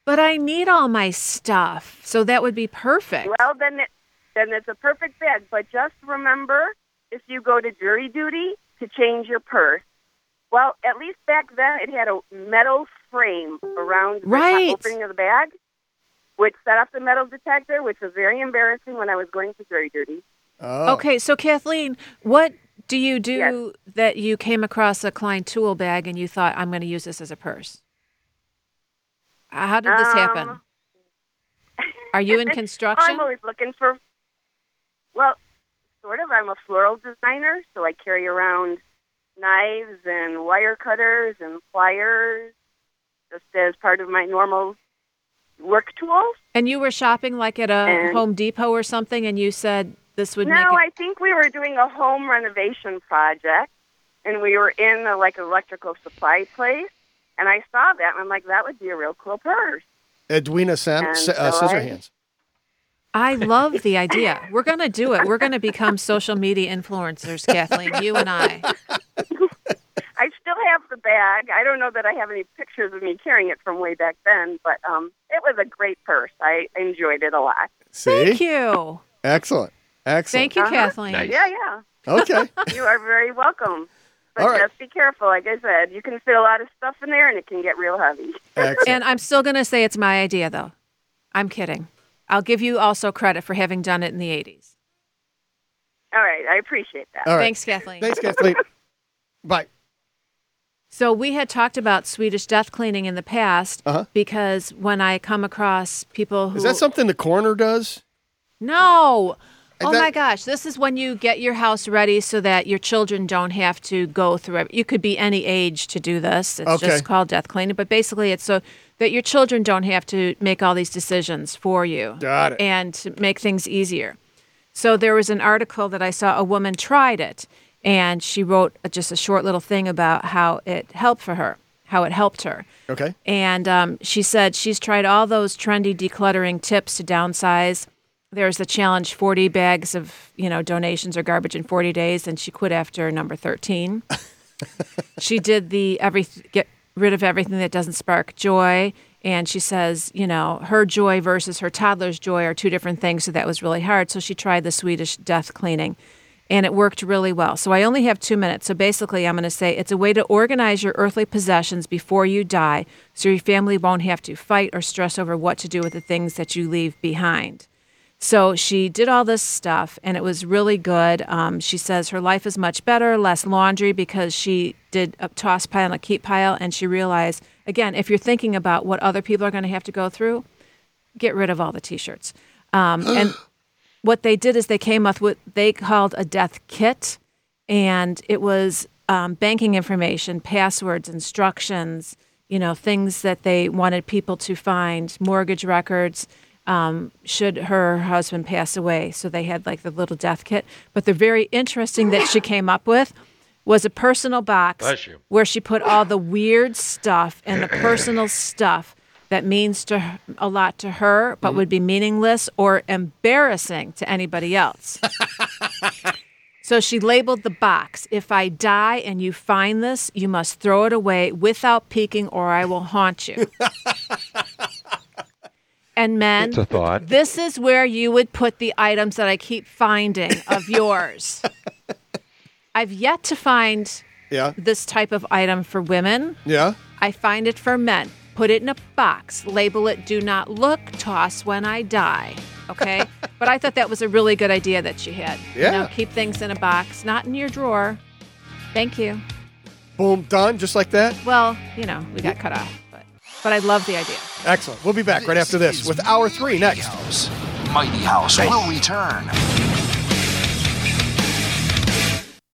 [SPEAKER 2] But I need all my stuff, so that would be perfect.
[SPEAKER 9] Well, then it, then it's a perfect bag. But just remember, if you go to jury duty, to change your purse. Well, at least back then it had a metal frame around the
[SPEAKER 2] Right.
[SPEAKER 9] top opening of the bag, which set off the metal detector, which was very embarrassing when I was going to jury duty.
[SPEAKER 1] Oh.
[SPEAKER 2] Okay, so Kathleen, what do you do that you came across a Klein tool bag and you thought, I'm going to use this as a purse? Uh, How did this happen?
[SPEAKER 9] Um,
[SPEAKER 2] Are you in construction?
[SPEAKER 9] I'm always looking for. Well, sort of. I'm a floral designer, so I carry around knives and wire cutters and pliers, just as part of my normal work tools.
[SPEAKER 2] And you were shopping like at a
[SPEAKER 9] And-
[SPEAKER 2] Home Depot or something and you said this would
[SPEAKER 9] no,
[SPEAKER 2] make it.
[SPEAKER 9] I think we were doing a home renovation project, and we were in a, like an electrical supply place, and I saw that, and I'm like, that would be a real cool purse.
[SPEAKER 1] Edwina Sam,
[SPEAKER 9] And
[SPEAKER 1] S- uh,
[SPEAKER 9] so I-
[SPEAKER 1] Scissorhands.
[SPEAKER 2] I love the idea. We're going to do it. We're going to become social media influencers, Kathleen, you and I.
[SPEAKER 9] I still have the bag. I don't know that I have any pictures of me carrying it from way back then, but um, it was a great purse. I enjoyed it a lot.
[SPEAKER 1] See?
[SPEAKER 2] Thank you.
[SPEAKER 1] Excellent. Excellent.
[SPEAKER 2] Thank
[SPEAKER 9] Uh-huh.
[SPEAKER 2] you, Kathleen.
[SPEAKER 9] Yeah, yeah.
[SPEAKER 1] Okay.
[SPEAKER 9] You are very welcome. But
[SPEAKER 1] All right.
[SPEAKER 9] just be careful. Like I said, you can fit a lot of stuff in there, and it can get real heavy.
[SPEAKER 2] And I'm still going to say it's my idea, though. I'm kidding. I'll give you also credit for having done it in the 80s.
[SPEAKER 9] All right, I appreciate that.
[SPEAKER 2] All right. Thanks, Kathleen.
[SPEAKER 1] Thanks, Kathleen. Bye.
[SPEAKER 2] So we had talked about Swedish death cleaning in the past
[SPEAKER 1] Uh-huh.
[SPEAKER 2] because when I come across people who
[SPEAKER 1] Is that something the coroner does?
[SPEAKER 2] No.
[SPEAKER 1] I
[SPEAKER 2] Oh
[SPEAKER 1] thought-
[SPEAKER 2] my gosh, this is when you get your house ready so that your children don't have to go through it. You could be any age to do this. It's
[SPEAKER 12] Okay.
[SPEAKER 2] just called death cleaning, but basically it's so that your children don't have to make all these decisions for you.
[SPEAKER 12] Got it.
[SPEAKER 2] And to make things easier. So there was an article that I saw a woman tried it and she wrote just a short little thing about how it helped for her, how it helped her.
[SPEAKER 1] Okay.
[SPEAKER 2] And um, she said she's tried all those trendy decluttering tips to downsize. There's the challenge 40 bags of, you know, donations or garbage in 40 days and she quit after number 13. she did the every get rid of everything that doesn't spark joy and she says, you know, her joy versus her toddler's joy are two different things, so that was really hard. So she tried the Swedish death cleaning and it worked really well. So I only have two minutes. So basically, I'm going to say it's a way to organize your earthly possessions before you die so your family won't have to fight or stress over what to do with the things that you leave behind. So she did all this stuff and it was really good. Um, she says her life is much better, less laundry because she did a toss pile and a keep pile. And she realized, again, if you're thinking about what other people are going to have to go through, get rid of all the t-shirts. Um, and what they did is they came up with what they called a death kit, and it was um, banking information, passwords, instructions, you know, things that they wanted people to find, mortgage records. Um, should her husband pass away, so they had like the little death kit. But the very interesting that she came up with was a personal box
[SPEAKER 12] Bless you.
[SPEAKER 2] where she put all the weird stuff and the personal stuff that means to her, a lot to her but would be meaningless or embarrassing to anybody else. so she labeled the box, if I die and you find this, you must throw it away without peeking or I will haunt you. and men,
[SPEAKER 3] That's a thought.
[SPEAKER 2] this is where you would put the items that I keep finding of yours. I've yet to find
[SPEAKER 1] Yeah.
[SPEAKER 2] this type of item for women.
[SPEAKER 1] Yeah.
[SPEAKER 2] I find it for men. Put it in a box, label it do not look, toss when I die. Okay? but I thought that was a really good idea that she had.
[SPEAKER 1] Yeah.
[SPEAKER 2] You know, keep things in a box, not in your drawer. Thank you.
[SPEAKER 1] Boom, done, just like that.
[SPEAKER 2] Well, you know, we got cut off, but but I love the idea.
[SPEAKER 1] Excellent. We'll be back right after this with hour three next.
[SPEAKER 6] Mighty House will return.